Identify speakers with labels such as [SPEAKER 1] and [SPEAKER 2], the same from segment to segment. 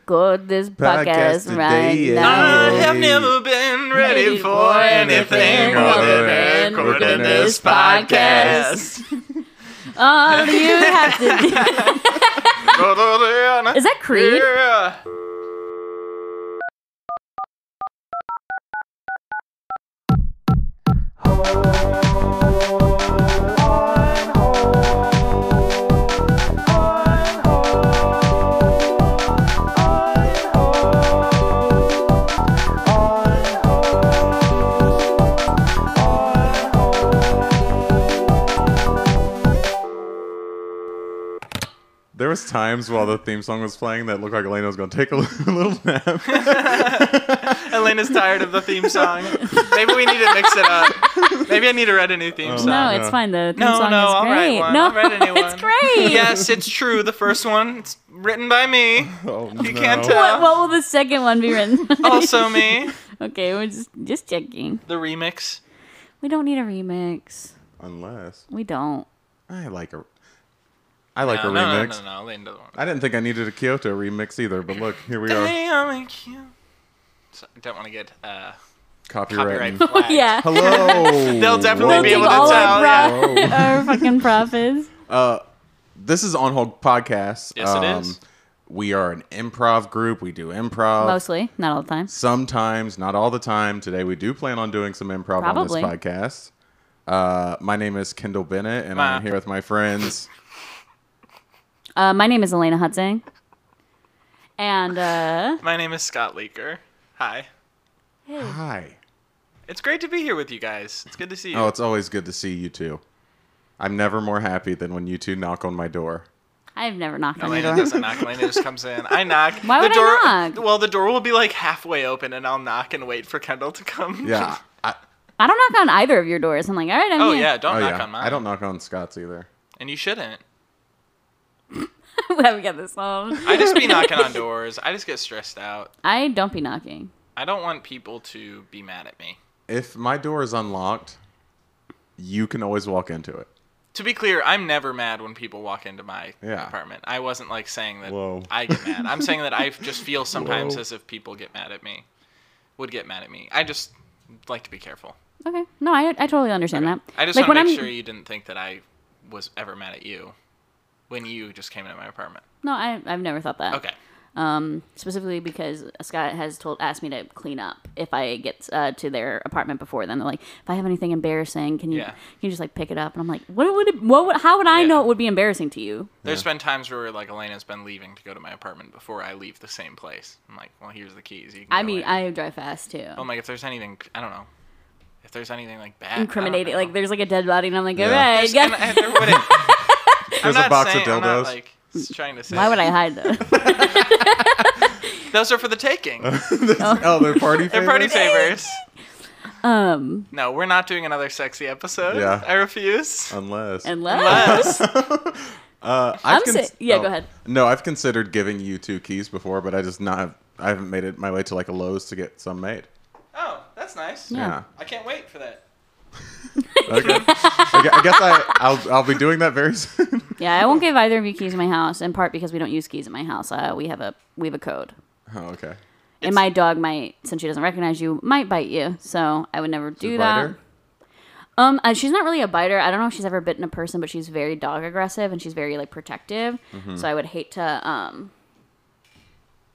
[SPEAKER 1] record this podcast,
[SPEAKER 2] Podcast
[SPEAKER 1] right
[SPEAKER 2] today,
[SPEAKER 1] now.
[SPEAKER 2] yeah.
[SPEAKER 3] I have never been ready for anything other than recording this podcast. Ah,
[SPEAKER 1] All you have to do is that Creed?
[SPEAKER 3] Yeah.
[SPEAKER 2] There was times while the theme song was playing that looked like Elena was going to take a little nap.
[SPEAKER 3] Elena's tired of the theme song. Maybe we need to mix it up. Maybe I need to write a new theme song.
[SPEAKER 1] Oh, No,
[SPEAKER 2] no.
[SPEAKER 1] it's fine. The theme
[SPEAKER 3] No,
[SPEAKER 1] song
[SPEAKER 3] no,
[SPEAKER 1] is
[SPEAKER 3] I'll write
[SPEAKER 1] great.
[SPEAKER 3] one.
[SPEAKER 1] No,
[SPEAKER 3] I'll write a new
[SPEAKER 1] it's
[SPEAKER 3] one.
[SPEAKER 1] great.
[SPEAKER 3] Yes, it's true. The first one, it's written by me.
[SPEAKER 2] oh,
[SPEAKER 3] You can't
[SPEAKER 2] no.
[SPEAKER 3] tell.
[SPEAKER 1] What, what will the second one be written?
[SPEAKER 3] Also me.
[SPEAKER 1] okay, we're just just checking.
[SPEAKER 3] The remix.
[SPEAKER 1] We don't need a remix.
[SPEAKER 2] Unless
[SPEAKER 1] We don't.
[SPEAKER 2] I like a, I like
[SPEAKER 3] no,
[SPEAKER 2] a
[SPEAKER 3] no,
[SPEAKER 2] remix.
[SPEAKER 3] No, no, no, Elena doesn't want it.
[SPEAKER 2] I didn't think I needed a Kyoto remix either, but look, here we are.
[SPEAKER 3] Damn, I can't. So- I don't want to get uh,
[SPEAKER 2] Copyright.
[SPEAKER 3] copyright flagged.
[SPEAKER 1] yeah.
[SPEAKER 2] Hello.
[SPEAKER 3] They'll definitely
[SPEAKER 1] They'll
[SPEAKER 3] be
[SPEAKER 1] take
[SPEAKER 3] able to
[SPEAKER 1] all
[SPEAKER 3] tell,
[SPEAKER 1] our,
[SPEAKER 3] yeah.
[SPEAKER 1] pro- our fucking profits.
[SPEAKER 2] This is on hold podcast. Um,
[SPEAKER 3] Yes, it
[SPEAKER 1] Um,
[SPEAKER 3] is.
[SPEAKER 2] We are an improv group. We do improv.
[SPEAKER 1] Mostly, not all the time.
[SPEAKER 2] Sometimes, not all the time. Today, we do plan on doing some improv
[SPEAKER 1] Probably.
[SPEAKER 2] on this podcast. Uh, my name is Kendall Bennett, and
[SPEAKER 3] Ma.
[SPEAKER 2] I'm here with my friends.
[SPEAKER 1] Uh, my name is Elena Hudson. And uh,
[SPEAKER 3] My name is Scott Leaker. Hi.
[SPEAKER 2] Hi.
[SPEAKER 3] It's great to be here with you guys. It's good to see you.
[SPEAKER 2] Oh, it's always good to see you two. I'm never more happy than when you two knock on my door.
[SPEAKER 1] I've never knocked on
[SPEAKER 3] Elena
[SPEAKER 1] your door.
[SPEAKER 3] doesn't knock. Elena just comes in. I knock.
[SPEAKER 1] Why
[SPEAKER 3] the
[SPEAKER 1] would I
[SPEAKER 3] door,
[SPEAKER 1] knock?
[SPEAKER 3] Well, the door will be like halfway open, and I'll knock and wait for Kendall to come.
[SPEAKER 2] Yeah. I,
[SPEAKER 1] I don't knock on either of your doors. I'm like, all right, I'm
[SPEAKER 3] Oh
[SPEAKER 1] here.
[SPEAKER 3] yeah, don't
[SPEAKER 2] oh,
[SPEAKER 3] knock
[SPEAKER 2] yeah.
[SPEAKER 3] on mine.
[SPEAKER 2] I don't knock on Scott's either.
[SPEAKER 3] and you shouldn't.
[SPEAKER 1] Glad we got this one.
[SPEAKER 3] I just be knocking on doors. I just get stressed out.
[SPEAKER 1] I don't be knocking.
[SPEAKER 3] I don't want people to be mad at me.
[SPEAKER 2] If my door is unlocked, you can always walk into it.
[SPEAKER 3] To be clear, I'm never mad when people walk into my
[SPEAKER 2] Yeah.
[SPEAKER 3] apartment. I wasn't like saying that
[SPEAKER 2] Whoa.
[SPEAKER 3] I get mad. I'm saying that I just feel sometimes
[SPEAKER 2] Whoa.
[SPEAKER 3] as if people get mad at me, would get mad at me. I just like to be careful.
[SPEAKER 1] Okay. No, I, I totally understand that.
[SPEAKER 3] I just
[SPEAKER 1] like
[SPEAKER 3] want
[SPEAKER 1] when
[SPEAKER 3] to make
[SPEAKER 1] I'm
[SPEAKER 3] sure you didn't think that I was ever mad at you when you just came into my apartment.
[SPEAKER 1] no, I I've never thought that.
[SPEAKER 3] Okay.
[SPEAKER 1] Um, specifically because Scott has told asked me to clean up if I get uh, to their apartment before then. They're like, if I have anything embarrassing, can you
[SPEAKER 3] Yeah.
[SPEAKER 1] can you just like pick it up? And I'm like, what would it? What would? How would I
[SPEAKER 3] Yeah.
[SPEAKER 1] know it would be embarrassing to you?
[SPEAKER 3] There's been times where like Elena's been leaving to go to my apartment before I leave the same place. I'm like, well, here's the keys. You can
[SPEAKER 1] I
[SPEAKER 3] go
[SPEAKER 1] mean,
[SPEAKER 3] in."
[SPEAKER 1] I drive fast too.
[SPEAKER 3] I'm like, if there's anything, I don't know. If there's anything like bad, Oh I don't
[SPEAKER 1] Incriminating,
[SPEAKER 3] know.
[SPEAKER 1] like there's like a dead body, and I'm like,
[SPEAKER 2] Yeah.
[SPEAKER 1] all right,
[SPEAKER 3] There's-
[SPEAKER 1] got-
[SPEAKER 3] and I- there wouldn't- I'm
[SPEAKER 2] There's a
[SPEAKER 3] not
[SPEAKER 2] box of
[SPEAKER 3] saying- I'm not,
[SPEAKER 2] dildos.
[SPEAKER 3] like, s- trying to say.
[SPEAKER 1] why would I hide those?
[SPEAKER 3] Those are for the taking.
[SPEAKER 2] oh, they're party
[SPEAKER 3] They're party
[SPEAKER 2] favors?
[SPEAKER 3] favors.
[SPEAKER 1] um,
[SPEAKER 3] No, we're not doing another sexy episode.
[SPEAKER 2] Yeah. Uh.
[SPEAKER 3] I refuse.
[SPEAKER 2] Unless.
[SPEAKER 1] unless
[SPEAKER 2] Uh, I've
[SPEAKER 1] I'm si- yeah, go ahead.
[SPEAKER 2] No, I've considered giving you two keys before, but I just not. I haven't made it my way to like a Lowe's to get some made.
[SPEAKER 3] Oh, that's nice.
[SPEAKER 1] Yeah.
[SPEAKER 3] I can't wait for that.
[SPEAKER 2] Okay. okay. I guess I, I'll, I'll be doing that very soon.
[SPEAKER 1] yeah, I won't give either of you keys in my house. In part because we don't use keys in my house. Uh, we have a we have a code.
[SPEAKER 2] Oh, okay.
[SPEAKER 1] and my dog might, since she doesn't recognize you, might bite you. So I would never do
[SPEAKER 2] Bite
[SPEAKER 1] that.
[SPEAKER 2] her?
[SPEAKER 1] Um, uh, she's not really a biter. I don't know if she's ever bitten a person, but she's very dog aggressive and she's very like protective. So I would hate to. Um,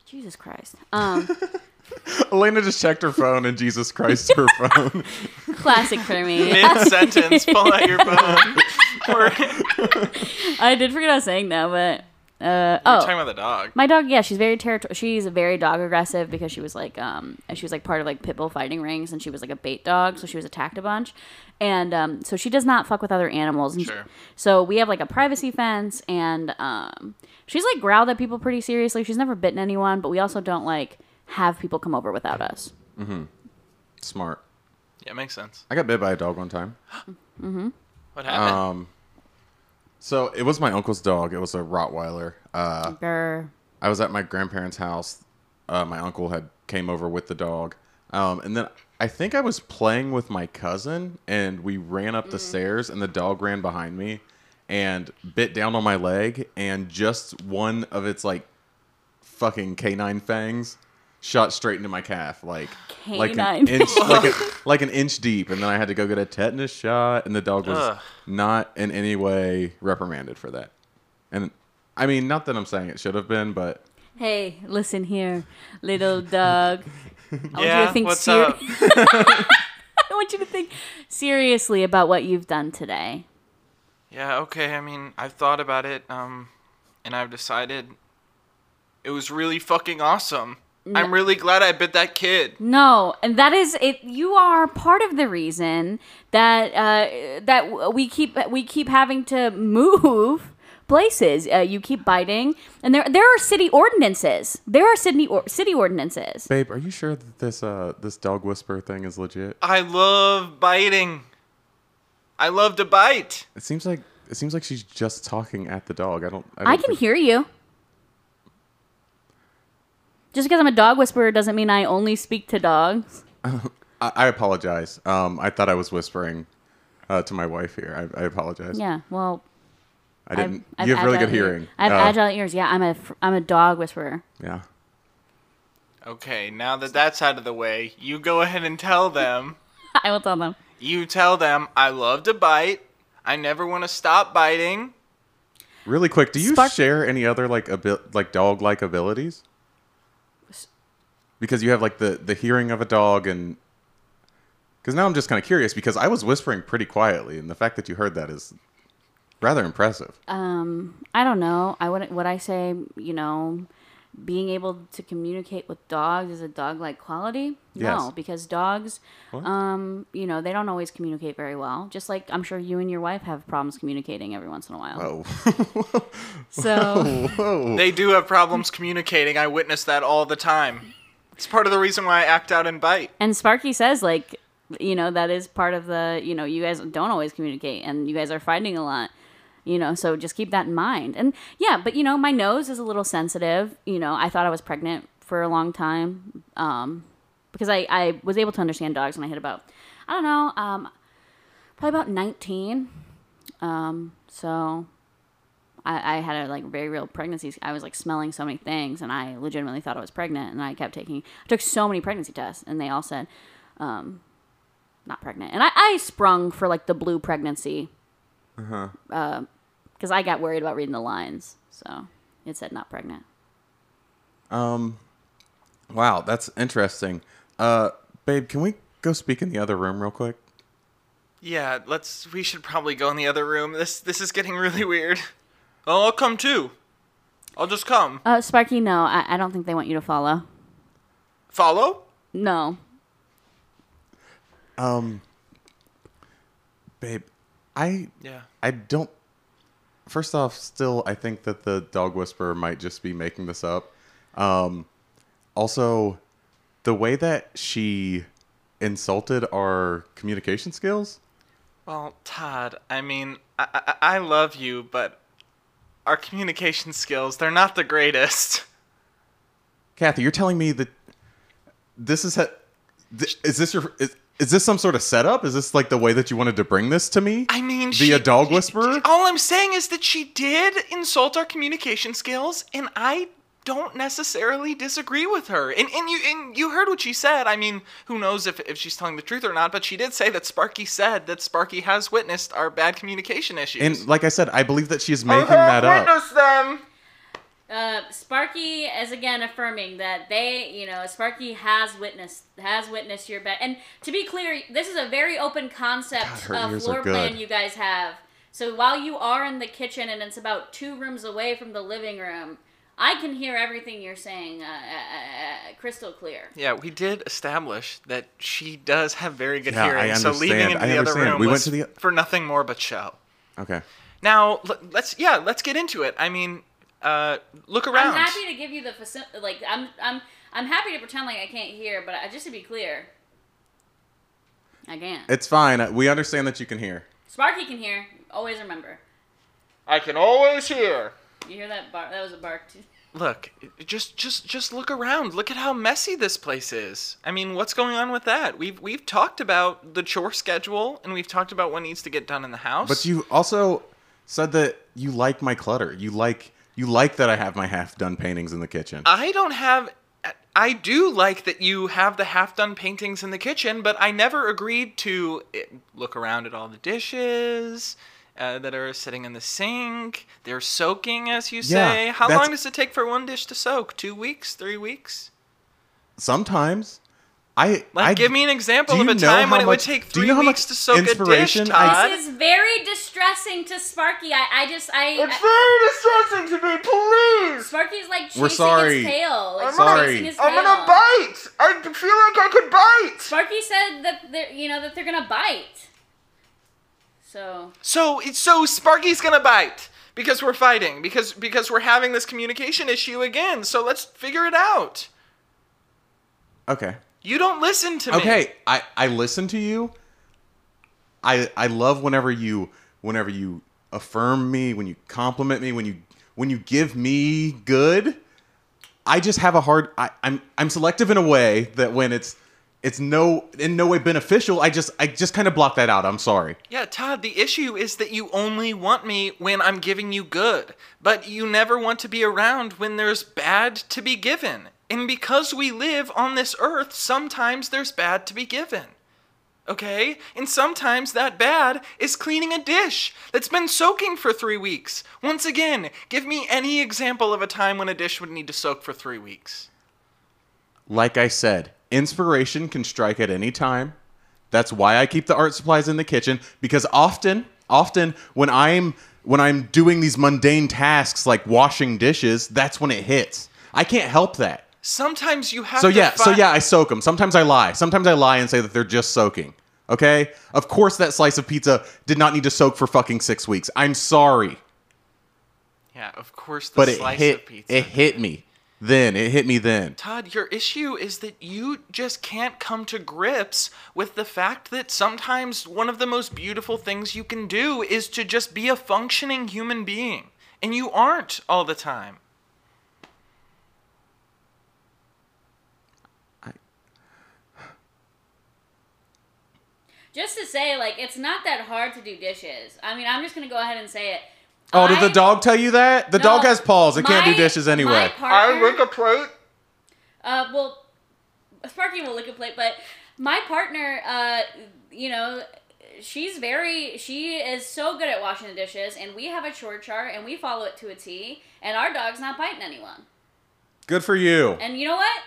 [SPEAKER 1] Jesus Christ. Um,
[SPEAKER 2] Elena just checked her phone and Jesus Christ, her phone.
[SPEAKER 1] classic for me.
[SPEAKER 3] Mid sentence, pull out your phone. we're
[SPEAKER 1] I did forget I was saying that, but uh, oh,
[SPEAKER 3] talking about the dog.
[SPEAKER 1] my dog yeah she's very territorial she's very dog aggressive because she was like um she was like part of like pit bull fighting rings and she was like a bait dog so she was attacked a bunch and um so she does not fuck with other animals and
[SPEAKER 3] Sure.
[SPEAKER 1] so we have like a privacy fence and um she's like growled at people pretty seriously she's never bitten anyone but we also don't like have people come over without us
[SPEAKER 2] Smart.
[SPEAKER 3] Yeah, makes sense.
[SPEAKER 2] I got bit by a dog one time.
[SPEAKER 3] What happened?
[SPEAKER 2] Um, So it was my uncle's dog. It was a Rottweiler. Uh,
[SPEAKER 1] Grr.
[SPEAKER 2] I was at my grandparents' house. Uh, my uncle had came over with the dog, um, and then I think I was playing with my cousin, and we ran up the stairs, and the dog ran behind me, and bit down on my leg, and just one of its like fucking canine fangs shot straight into my calf, like like an
[SPEAKER 1] Canine
[SPEAKER 2] inch, like, a, like an inch deep, and then I had to go get a tetanus shot, and the dog was
[SPEAKER 3] Ugh.
[SPEAKER 2] not in any way reprimanded for that. And I mean, not that I'm saying it should have been, but
[SPEAKER 1] Hey, listen here, little dog. I want Oh, you
[SPEAKER 3] Yeah,
[SPEAKER 1] to think
[SPEAKER 3] what's
[SPEAKER 1] ser-
[SPEAKER 3] up?
[SPEAKER 1] I want you to think seriously about what you've done today.
[SPEAKER 3] Yeah, okay. I mean, I've thought about it, um, and I've decided it was really fucking awesome. I'm really glad I bit that kid.
[SPEAKER 1] No, and that is it. You are part of the reason that uh, that w- we keep we keep having to move places. Uh, you keep biting, and there there are city ordinances. There are Sydney or- city ordinances.
[SPEAKER 2] babe, are you sure that this uh this dog whisper thing is legit?
[SPEAKER 3] I love biting. I love to bite.
[SPEAKER 2] It seems like it seems like she's just talking at the dog. I don't. I, don't
[SPEAKER 1] I can
[SPEAKER 2] think-
[SPEAKER 1] hear you. Just because I'm a dog whisperer doesn't mean I only speak to dogs.
[SPEAKER 2] I, I apologize. Um, I thought I was whispering uh, to my wife here. I, I apologize.
[SPEAKER 1] Yeah, well,
[SPEAKER 2] I
[SPEAKER 1] I've-
[SPEAKER 2] didn't.
[SPEAKER 1] I've
[SPEAKER 2] you have really
[SPEAKER 1] agile
[SPEAKER 2] good
[SPEAKER 1] ear-
[SPEAKER 2] hearing.
[SPEAKER 1] I have
[SPEAKER 2] Uh,
[SPEAKER 1] agile ears. Yeah, I'm a fr- I'm a dog whisperer.
[SPEAKER 2] Yeah.
[SPEAKER 3] Okay, now that that's out of the way, you go ahead and tell them.
[SPEAKER 1] I will tell them.
[SPEAKER 3] You tell them I love to bite. I never want to stop biting.
[SPEAKER 2] Really quick, do you
[SPEAKER 1] Spark-
[SPEAKER 2] share any other like abil- like dog like abilities? Because you have like the the hearing of a dog and because now I'm just kind of curious because I was whispering pretty quietly and the fact that you heard that is rather impressive.
[SPEAKER 1] Um, I don't know. I wouldn't. Would I say you know, being able to communicate with dogs is a dog like quality? No,
[SPEAKER 2] Yes.
[SPEAKER 1] because dogs,
[SPEAKER 2] What?
[SPEAKER 1] um, you know, they don't always communicate very well. Just like I'm sure you and your wife have problems communicating every once in a while.
[SPEAKER 2] oh,
[SPEAKER 1] So
[SPEAKER 2] whoa!
[SPEAKER 3] They do have problems communicating. I witness that all the time. It's part of the reason why I act out and bite.
[SPEAKER 1] and Sparky says like, you know, that is part of the you know you guys don't always communicate and you guys are fighting a lot. You know, so just keep that in mind. And yeah, but you know, my nose is a little sensitive. You know, I thought I was pregnant for a long time. Um, because I, I was able to understand dogs when I hit about, I don't know, um, probably about 19. Um, so I, I had a like very real pregnancy. I was like smelling so many things and I legitimately thought I was pregnant and I kept taking, I took so many pregnancy tests and they all said, um, not pregnant. And I, I sprung for like the blue pregnancy. Uh, cause I got worried about reading the lines. So it said not pregnant.
[SPEAKER 2] Wow, that's interesting. Uh, babe, can we go speak in the other room real quick?
[SPEAKER 3] Yeah, let's. We should probably go in the other room. This this is getting really weird. Oh, I'll come too. I'll just come.
[SPEAKER 1] Uh, Sparky, no, I, I don't think they want you to follow.
[SPEAKER 3] Follow?
[SPEAKER 1] No,
[SPEAKER 2] Babe, I
[SPEAKER 3] Yeah.
[SPEAKER 2] I don't. First off, still, I think that the dog whisperer might just be making this up. Um, also, the way that she insulted our communication skills.
[SPEAKER 3] Well, Todd. I mean, I I, I love you, but our communication skills they're not the greatest.
[SPEAKER 2] Kathy, you're telling me that this is ha- th- is this your is, is this some sort of setup? Is this like the way that you wanted to bring this to me?
[SPEAKER 3] I mean,
[SPEAKER 2] via
[SPEAKER 3] she-
[SPEAKER 2] dog whisperer.
[SPEAKER 3] All I'm saying is that she did insult our communication skills, and I don't necessarily disagree with her. And and you and you heard what she said. I mean, who knows if, if she's telling the truth or not, but she did say that Sparky said that Sparky has witnessed our bad communication issues.
[SPEAKER 2] And like I said, I believe that she's making that up.
[SPEAKER 3] them.
[SPEAKER 1] Uh, Sparky is again affirming that they, you know, Sparky has witnessed has witnessed your bet. And to be clear, this is a very open
[SPEAKER 2] God,
[SPEAKER 1] concept
[SPEAKER 2] her
[SPEAKER 1] of
[SPEAKER 2] ears
[SPEAKER 1] floor
[SPEAKER 2] are good.
[SPEAKER 1] plan you guys have. So while you are in the kitchen and it's about two rooms away from the living room, I can hear everything you're saying uh, uh, uh, crystal clear.
[SPEAKER 3] Yeah, we did establish that she does have very good
[SPEAKER 2] Yeah, I
[SPEAKER 3] hearing, so leaving
[SPEAKER 2] understand.
[SPEAKER 3] into
[SPEAKER 2] I
[SPEAKER 3] the other
[SPEAKER 2] understand.
[SPEAKER 3] room
[SPEAKER 2] We went
[SPEAKER 3] was
[SPEAKER 2] to the-
[SPEAKER 3] for nothing more but show.
[SPEAKER 2] Okay.
[SPEAKER 3] Now l- let's yeah let's get into it. I mean, uh, look around.
[SPEAKER 1] I'm happy to give you the faci- like I'm I'm I'm happy to pretend like I can't hear, but I, just to be clear, I can't.
[SPEAKER 2] It's fine. We understand that you can hear.
[SPEAKER 1] Sparky can hear. Always remember.
[SPEAKER 3] I can always hear.
[SPEAKER 1] You hear that bark? That was a bark. Too.
[SPEAKER 3] Look, it- just just just look around. Look at how messy this place is. I mean, what's going on with that? We've we've talked about the chore schedule and we've talked about what needs to get done in the house.
[SPEAKER 2] But you also said that you like my clutter. You like You like that I have my half done paintings in the kitchen.
[SPEAKER 3] I don't have. I do like that you have the half done paintings in the kitchen, but I never agreed to eh, look around at all the dishes uh, that are sitting in the sink. They're soaking, as you
[SPEAKER 2] Yeah,
[SPEAKER 3] say. How
[SPEAKER 2] that's-
[SPEAKER 3] long does it take for one dish to soak? Two weeks? Three weeks?
[SPEAKER 2] Sometimes I
[SPEAKER 3] Like,
[SPEAKER 2] I,
[SPEAKER 3] give me an example
[SPEAKER 2] do
[SPEAKER 3] of
[SPEAKER 2] you
[SPEAKER 3] a
[SPEAKER 2] know
[SPEAKER 3] time
[SPEAKER 2] how
[SPEAKER 3] when it would
[SPEAKER 2] much-
[SPEAKER 3] take
[SPEAKER 2] do
[SPEAKER 3] three
[SPEAKER 2] you know how
[SPEAKER 3] weeks
[SPEAKER 2] much
[SPEAKER 3] to soak a dish,
[SPEAKER 2] inspiration I-
[SPEAKER 3] Todd.
[SPEAKER 4] This is very distressing to Sparky. I, I just I, I
[SPEAKER 3] very distressing to me, please!
[SPEAKER 4] Sparky's like chasing
[SPEAKER 2] We're sorry.
[SPEAKER 4] his tail. Like,
[SPEAKER 2] I'm gonna-
[SPEAKER 4] chasing his tail.
[SPEAKER 3] bite! I feel like I could bite!
[SPEAKER 4] Sparky said that they're you know that they're gonna bite. So
[SPEAKER 3] So it's so Sparky's gonna bite because we're fighting because because we're having this communication issue again. So let's figure it out.
[SPEAKER 2] Okay.
[SPEAKER 3] You don't listen to me.
[SPEAKER 2] Okay, I I listen to you. I I love whenever you whenever you affirm me, when you compliment me, when you when you give me good. I just have a hard I, I'm I'm selective in a way that when it's it's no in no way beneficial, I just I just kind of block that out. I'm sorry.
[SPEAKER 3] Yeah, Todd, the issue is that you only want me when I'm giving you good, but you never want to be around when there's bad to be given. And because we live on this earth, sometimes there's bad to be given. Okay? And sometimes that bad is cleaning a dish that's been soaking for three weeks. Once again, give me any example of a time when a dish would need to soak for three weeks.
[SPEAKER 2] Like I said, inspiration can strike at any time. That's why I keep the art supplies in the kitchen because often, often when I'm when I'm doing these mundane tasks like washing dishes, that's when it hits. I can't help that.
[SPEAKER 3] Sometimes you have
[SPEAKER 2] So
[SPEAKER 3] to.
[SPEAKER 2] yeah, so
[SPEAKER 3] fi-
[SPEAKER 2] yeah, I soak them. Sometimes I lie. Sometimes I lie and say that they're just soaking. Okay? Of course that slice of pizza did not need to soak for fucking 6 weeks. I'm sorry,
[SPEAKER 3] Yeah, of course, the
[SPEAKER 2] but it
[SPEAKER 3] slice
[SPEAKER 2] hit
[SPEAKER 3] of pizza.
[SPEAKER 2] it hit me. Then it hit me then.
[SPEAKER 3] Todd, your issue is that you just can't come to grips with the fact that sometimes one of the most beautiful things you can do is to just be a functioning human being. And you aren't all the time.
[SPEAKER 4] just to say, like it's not that hard to do dishes. I mean, I'm just gonna go ahead and say it.
[SPEAKER 2] Oh, did
[SPEAKER 4] I-
[SPEAKER 2] the dog tell you that? The
[SPEAKER 4] No,
[SPEAKER 2] dog has paws. It can't do
[SPEAKER 4] my-
[SPEAKER 2] dishes anyway.
[SPEAKER 4] My partner,
[SPEAKER 3] plate.
[SPEAKER 4] Uh, well, Sparky will lick a plate, but my partner, uh, you know, she's very, she is so good at washing the dishes, and we have a chore chart, and we follow it to a T, and our dog's not biting anyone.
[SPEAKER 2] Good for you.
[SPEAKER 4] And you know what?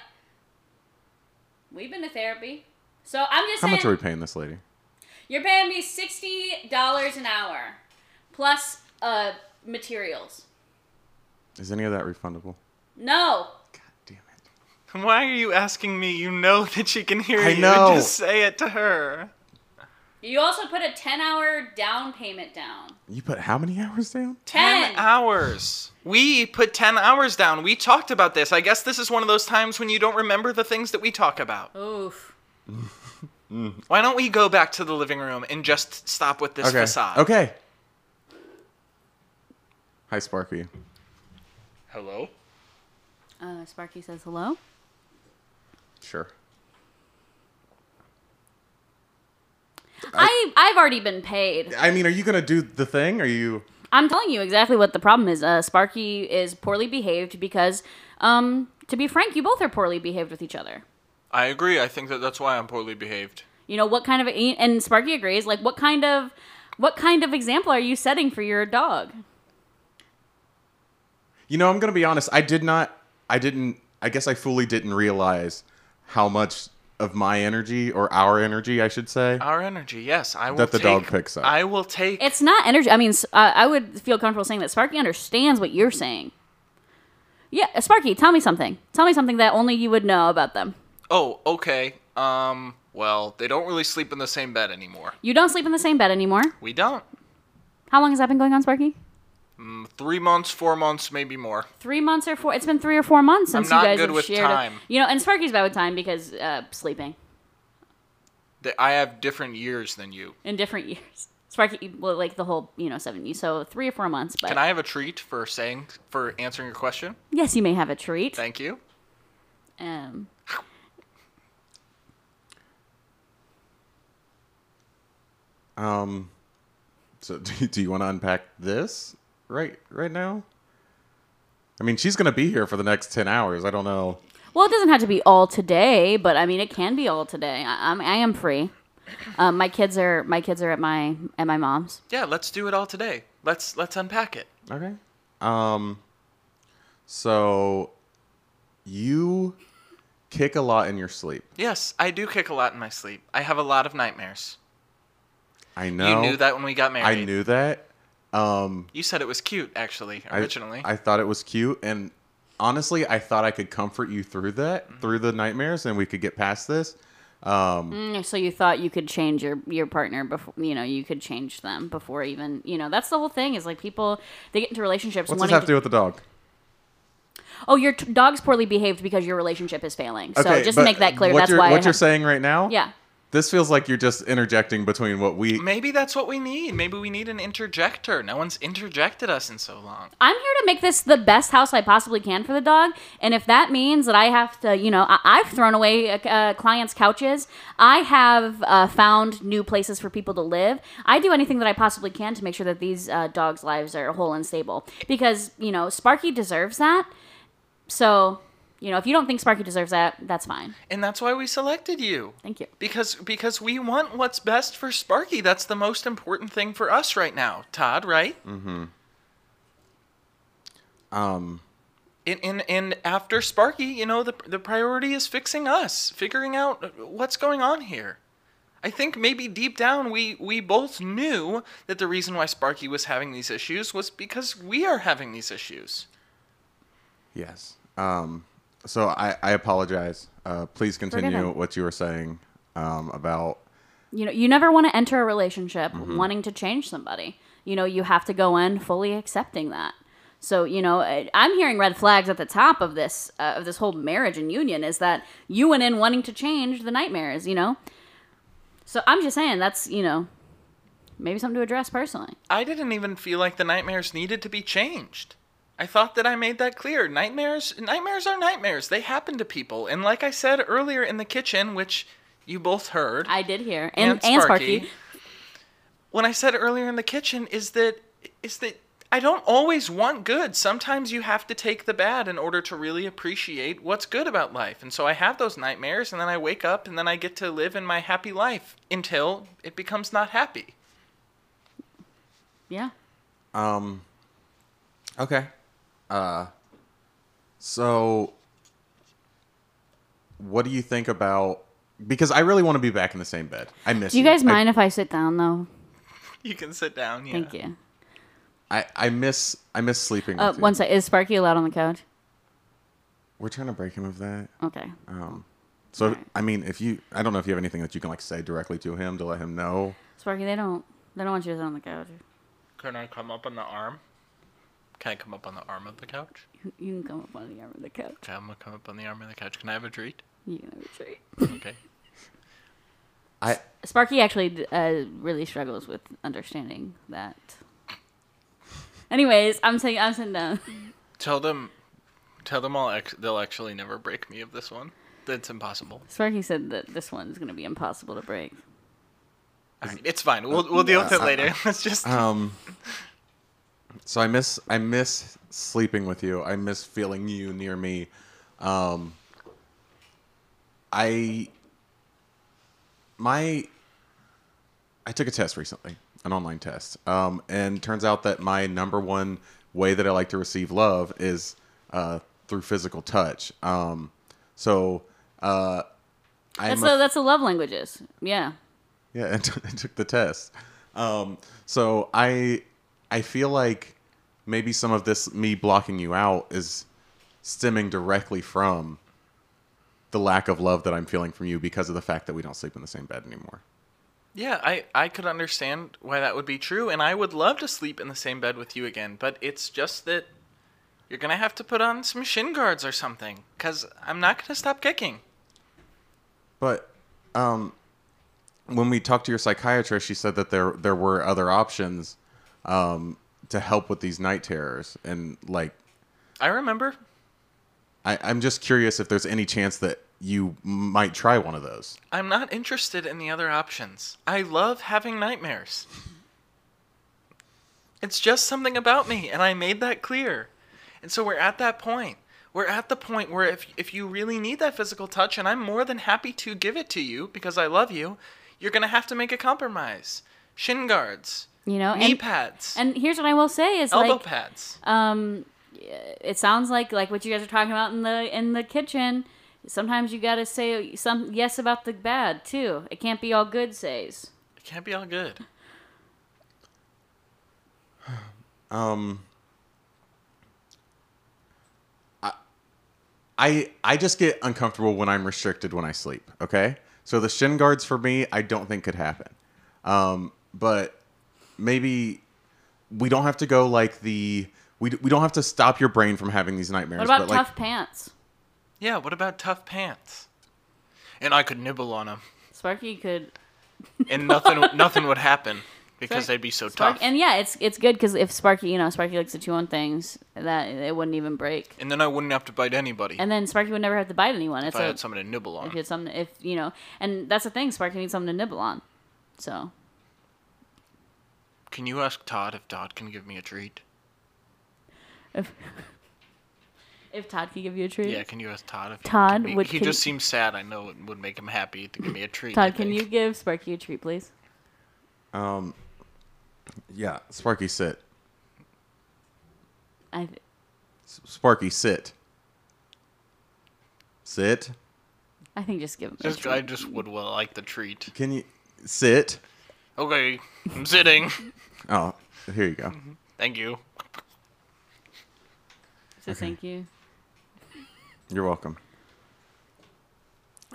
[SPEAKER 4] We've been to therapy. So I'm just
[SPEAKER 2] How
[SPEAKER 4] saying,
[SPEAKER 2] much are we paying this lady?
[SPEAKER 4] you're paying me $60 an hour, plus uh, materials.
[SPEAKER 2] Is any of that refundable?
[SPEAKER 4] No.
[SPEAKER 2] God damn it.
[SPEAKER 3] Why are you asking me? You know that she can hear
[SPEAKER 2] I
[SPEAKER 3] you.
[SPEAKER 2] know.
[SPEAKER 3] Just say it to her.
[SPEAKER 4] You also put a 10 hour down payment down.
[SPEAKER 2] You put how many hours down?
[SPEAKER 4] 10.
[SPEAKER 3] hours. We put 10 hours down. We talked about this. I guess this is one of those times when you don't remember the things that we talk about.
[SPEAKER 4] Oof.
[SPEAKER 3] Why don't we go back to the living room and just stop with this
[SPEAKER 2] Okay.
[SPEAKER 3] facade?
[SPEAKER 2] Okay. Hi, Sparky.
[SPEAKER 3] Hello?
[SPEAKER 1] Uh, Sparky says hello.
[SPEAKER 2] Sure.
[SPEAKER 1] I I've already been paid.
[SPEAKER 2] I mean, are you gonna do the thing? Are you?
[SPEAKER 1] I'm telling you exactly what the problem is. Uh, Sparky is poorly behaved because, um, to be frank, you both are poorly behaved with each other.
[SPEAKER 3] I agree. I think that that's why I'm poorly behaved.
[SPEAKER 1] You know what kind of and Sparky agrees. Like what kind of what kind of example are you setting for your dog?
[SPEAKER 2] You know, I'm gonna be honest. I did not. I didn't. I guess I fully didn't realize how much of my energy or our energy, I should say.
[SPEAKER 3] Our energy, yes. I will
[SPEAKER 2] That the dog
[SPEAKER 3] take-
[SPEAKER 2] picks up.
[SPEAKER 3] I will take.
[SPEAKER 1] It's not energy. I mean, s- uh, I would feel comfortable saying that Sparky understands what you're saying. Yeah, uh, Sparky, tell me something. Tell me something that only you would know about them.
[SPEAKER 3] oh, okay. Um. Well, they don't really sleep in the same bed anymore.
[SPEAKER 1] You don't sleep in the same bed anymore.
[SPEAKER 3] We don't.
[SPEAKER 1] How long has that been going on, Sparky?
[SPEAKER 3] Three months, four months, maybe more.
[SPEAKER 1] Three months or four? It's been three or four months since
[SPEAKER 3] not
[SPEAKER 1] you guys
[SPEAKER 3] good
[SPEAKER 1] have
[SPEAKER 3] with
[SPEAKER 1] shared. a-
[SPEAKER 3] time.
[SPEAKER 1] you know, and Sparky's bad with time because uh, sleeping
[SPEAKER 3] They- I have different years than you.
[SPEAKER 1] in different years. Sparky, well, like the whole, you know, seven. So three or four months. But
[SPEAKER 3] Can I have a treat for saying for answering your question?
[SPEAKER 1] yes, you may have a treat.
[SPEAKER 3] Thank you.
[SPEAKER 1] Um,
[SPEAKER 2] Um. So, do, do you want to unpack this right right now? I mean, she's going to be here for the next 10 hours. I don't know.
[SPEAKER 1] Well, it doesn't have to be all today, but I mean, it can be all today. I, I'm, I am free. Um, my kids are my kids are at my at my mom's.
[SPEAKER 3] Yeah, let's do it all today. Let's let's unpack it.
[SPEAKER 2] Okay. Um so you kick a lot in your sleep.
[SPEAKER 3] Yes, I do kick a lot in my sleep. I have a lot of nightmares.
[SPEAKER 2] I know.
[SPEAKER 3] You knew that when we got married.
[SPEAKER 2] I knew that. Um
[SPEAKER 3] You said it was cute, actually,
[SPEAKER 2] I-
[SPEAKER 3] originally.
[SPEAKER 2] I, thought it was cute and honestly, I thought I could comfort you through that,
[SPEAKER 3] Mm-hmm.
[SPEAKER 2] through the nightmares and we could get past this.
[SPEAKER 1] Mm, So you thought you could change your your partner before you know you could change them before even you know that's the whole thing is like people they get into relationships
[SPEAKER 2] What's this
[SPEAKER 1] wanting
[SPEAKER 2] have to do with the dog?
[SPEAKER 1] oh your t- dog's poorly behaved because your relationship is failing. so just
[SPEAKER 2] but
[SPEAKER 1] to make that clear,
[SPEAKER 2] what
[SPEAKER 1] that's
[SPEAKER 2] you're,
[SPEAKER 1] why I
[SPEAKER 2] what you're
[SPEAKER 1] have-
[SPEAKER 2] saying right now.
[SPEAKER 1] Yeah.
[SPEAKER 2] This feels like you're just interjecting between what we
[SPEAKER 1] Mm.
[SPEAKER 3] Maybe that's what we need. Maybe we need an interjector. No one's interjected us in so long.
[SPEAKER 1] I'm here to make this the best house I possibly can for the dog. And if that means that I have to, you know, I- I've thrown away uh, uh, clients' couches, I have uh, found new places for people to live. I do anything that I possibly can to make sure that these uh, dogs' lives are whole and stable because, you know, Sparky deserves that. So, you know, if you don't think Sparky deserves that, that's fine.
[SPEAKER 3] And that's why we selected you.
[SPEAKER 1] Thank you.
[SPEAKER 3] Because because we want what's best for Sparky. That's the most important thing for us right now, Todd, right? Mm-hmm.
[SPEAKER 2] Um.
[SPEAKER 3] And, and, and after Sparky, you know, the, the priority is fixing us, figuring out what's going on here. I think maybe deep down we, we both knew that the reason why Sparky was having these issues was because we are having these issues.
[SPEAKER 2] Yes. Um, so I, I apologize. Uh, please continue
[SPEAKER 1] good.
[SPEAKER 2] what you were saying um, about.
[SPEAKER 1] you know you never want to enter a relationship wanting to change somebody you know you have to go in fully accepting that so you know I- i'm hearing red flags at the top of this uh, of this whole marriage and union is that you went in wanting to change the nightmares you know so i'm just saying that's you know maybe something to address personally
[SPEAKER 3] I didn't even feel like the nightmares needed to be changed. I thought that I made that clear. Nightmares nightmares are nightmares. They happen to people. And like I said earlier in the kitchen, which you both heard,
[SPEAKER 1] i did hear and and
[SPEAKER 3] And
[SPEAKER 1] sparky,
[SPEAKER 3] Sparky. when I said earlier in the kitchen is that is that I don't always want good. Sometimes you have to take the bad in order to really appreciate what's good about life. And so I have those nightmares and then I wake up and then I get to live in my happy life until it becomes not happy.
[SPEAKER 1] yeah
[SPEAKER 2] Um, okay. Uh, so, what do you think about? Because I really want to be back in the same bed. I miss.
[SPEAKER 1] do you guys
[SPEAKER 2] I-
[SPEAKER 1] mind if i sit down though
[SPEAKER 3] You can sit down. Yeah.
[SPEAKER 1] thank you
[SPEAKER 2] I, I miss I miss sleeping.
[SPEAKER 1] uh,
[SPEAKER 2] with you.
[SPEAKER 1] one sec is sparky allowed on the couch
[SPEAKER 2] We're trying to break him of that.
[SPEAKER 1] okay
[SPEAKER 2] So I mean, if you, I don't know if you have anything that you can like say directly to him to let him know.
[SPEAKER 1] sparky they don't they don't want you to sit on the couch
[SPEAKER 3] Can I come up on the arm? Can I come up on the arm of the couch?
[SPEAKER 1] you can come up on the arm of the couch
[SPEAKER 3] Okay, I'm gonna come up on the arm of the couch. Can I have a treat?
[SPEAKER 1] You can have a treat.
[SPEAKER 3] Okay.
[SPEAKER 2] I
[SPEAKER 1] Sparky actually uh, really struggles with understanding that. Anyways, I'm saying I'm saying no.
[SPEAKER 3] tell them, tell them I'll ex- they'll actually never break me of this one. That's impossible.
[SPEAKER 1] Sparky said that this one's gonna be impossible to break.
[SPEAKER 3] Alright, it's fine. We'll we'll deal with it later. Let's just.
[SPEAKER 2] Um. So I miss I miss sleeping with you. I miss feeling you near me. Um. I. My. I took a test recently, an online test, um, and turns out that my number one way that I like to receive love is uh, through physical touch. Um, so. Uh, I'm
[SPEAKER 1] That's
[SPEAKER 2] a-
[SPEAKER 1] the that's the love languages. Yeah.
[SPEAKER 2] yeah, and I took the test. Um, so I I feel like maybe some of this me blocking you out is stemming directly from the lack of love that I'm feeling from you because of the fact that we don't sleep in the same bed anymore.
[SPEAKER 3] Yeah, I I could understand why that would be true, and I would love to sleep in the same bed with you again. But it's just that you're gonna have to put on some shin guards or something, cause I'm not gonna stop kicking.
[SPEAKER 2] But um, when we talked to your psychiatrist, she said that there there were other options um, to help with these night terrors, and like
[SPEAKER 3] I remember.
[SPEAKER 2] I, I'm just curious if there's any chance that you might try one of those.
[SPEAKER 3] I'm not interested in the other options. I love having nightmares. It's just something about me, and I made that clear. And so we're at that point. We're at the point where if if you really need that physical touch and I'm more than happy to give it to you because I love you, you're going to have to make a compromise. Shin guards,
[SPEAKER 1] you know,
[SPEAKER 3] knee
[SPEAKER 1] and
[SPEAKER 3] pads,
[SPEAKER 1] and here's what I will say is
[SPEAKER 3] elbow
[SPEAKER 1] like
[SPEAKER 3] pads.
[SPEAKER 1] um it sounds like like what you guys are talking about in the in the kitchen sometimes you gotta say some yes about the bad too it can't be all good says
[SPEAKER 3] It can't be all good.
[SPEAKER 2] Um, I, I I just get uncomfortable when I'm restricted when I sleep. Okay, so the shin guards for me, I don't think could happen. Um, but maybe we don't have to go like the we, we don't have to stop your brain from having these nightmares.
[SPEAKER 1] what about
[SPEAKER 2] but
[SPEAKER 1] tough
[SPEAKER 2] like
[SPEAKER 1] pants
[SPEAKER 3] Yeah, what about tough pants? And I could nibble on them,
[SPEAKER 1] sparky could
[SPEAKER 3] and nothing nothing would happen because they'd be so
[SPEAKER 1] Spark-
[SPEAKER 3] tough.
[SPEAKER 1] and yeah it's it's good because if sparky you know sparky likes to chew on things that it wouldn't even break
[SPEAKER 3] And then I wouldn't have to bite anybody
[SPEAKER 1] and then sparky would never have to bite anyone
[SPEAKER 3] if
[SPEAKER 1] it's
[SPEAKER 3] I
[SPEAKER 1] a,
[SPEAKER 3] had something to nibble
[SPEAKER 1] if
[SPEAKER 3] on.
[SPEAKER 1] it's something if you know and that's the thing sparky needs something to nibble on so
[SPEAKER 3] Can you ask Todd if Todd can give me a treat?
[SPEAKER 1] if if todd could give you a treat
[SPEAKER 3] Yeah, can you ask Todd if he
[SPEAKER 1] Todd,
[SPEAKER 3] Can be-
[SPEAKER 1] would-
[SPEAKER 3] he
[SPEAKER 1] can-
[SPEAKER 3] just seems sad. I know it would make him happy to give me a treat. I
[SPEAKER 1] todd can
[SPEAKER 3] think.
[SPEAKER 1] you give sparky a treat please
[SPEAKER 2] yeah, Sparky sit,
[SPEAKER 1] i
[SPEAKER 2] S- Sparky sit, sit.
[SPEAKER 1] I think just give him a
[SPEAKER 3] Just,
[SPEAKER 1] treat.
[SPEAKER 3] I just would well like the treat.
[SPEAKER 2] Can you sit?
[SPEAKER 3] Okay, I'm sitting.
[SPEAKER 2] Oh, here you go.
[SPEAKER 1] Mm-hmm.
[SPEAKER 3] Thank you.
[SPEAKER 1] So thank you.
[SPEAKER 2] You're welcome.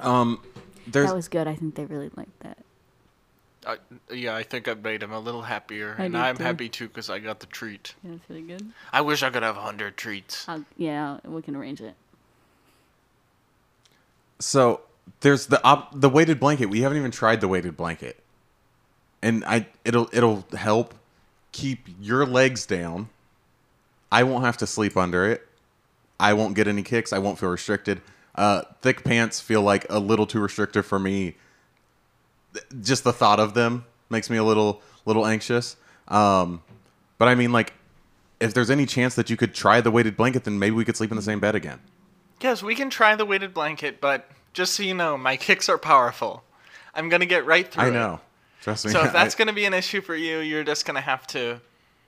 [SPEAKER 2] Um, there's
[SPEAKER 1] That was good. I think they really liked that.
[SPEAKER 3] I, yeah, I think I made him a little happier,
[SPEAKER 1] I
[SPEAKER 3] and
[SPEAKER 1] did
[SPEAKER 3] I'm
[SPEAKER 1] too.
[SPEAKER 3] happy too because I got the treat.
[SPEAKER 1] Yeah, that's really good.
[SPEAKER 3] I wish I could have a hundred treats.
[SPEAKER 1] I'll, yeah, we can arrange it.
[SPEAKER 2] so there's the op- the weighted blanket. We haven't even tried the weighted blanket, and I it'll it'll help keep your legs down. I won't have to sleep under it. I won't get any kicks. I won't feel restricted. Uh, thick pants feel like a little too restrictive for me. Th- Just the thought of them makes me a little little anxious. Um, but I mean, like, if there's any chance that you could try the weighted blanket, then maybe we could sleep in the same bed again.
[SPEAKER 3] Yes, we can try the weighted blanket, but just so you know, my kicks are powerful. I'm gonna get right through.
[SPEAKER 2] I
[SPEAKER 3] it.
[SPEAKER 2] know. Trust me.
[SPEAKER 3] So if that's
[SPEAKER 2] I-
[SPEAKER 3] gonna be an issue for you, you're just gonna have to,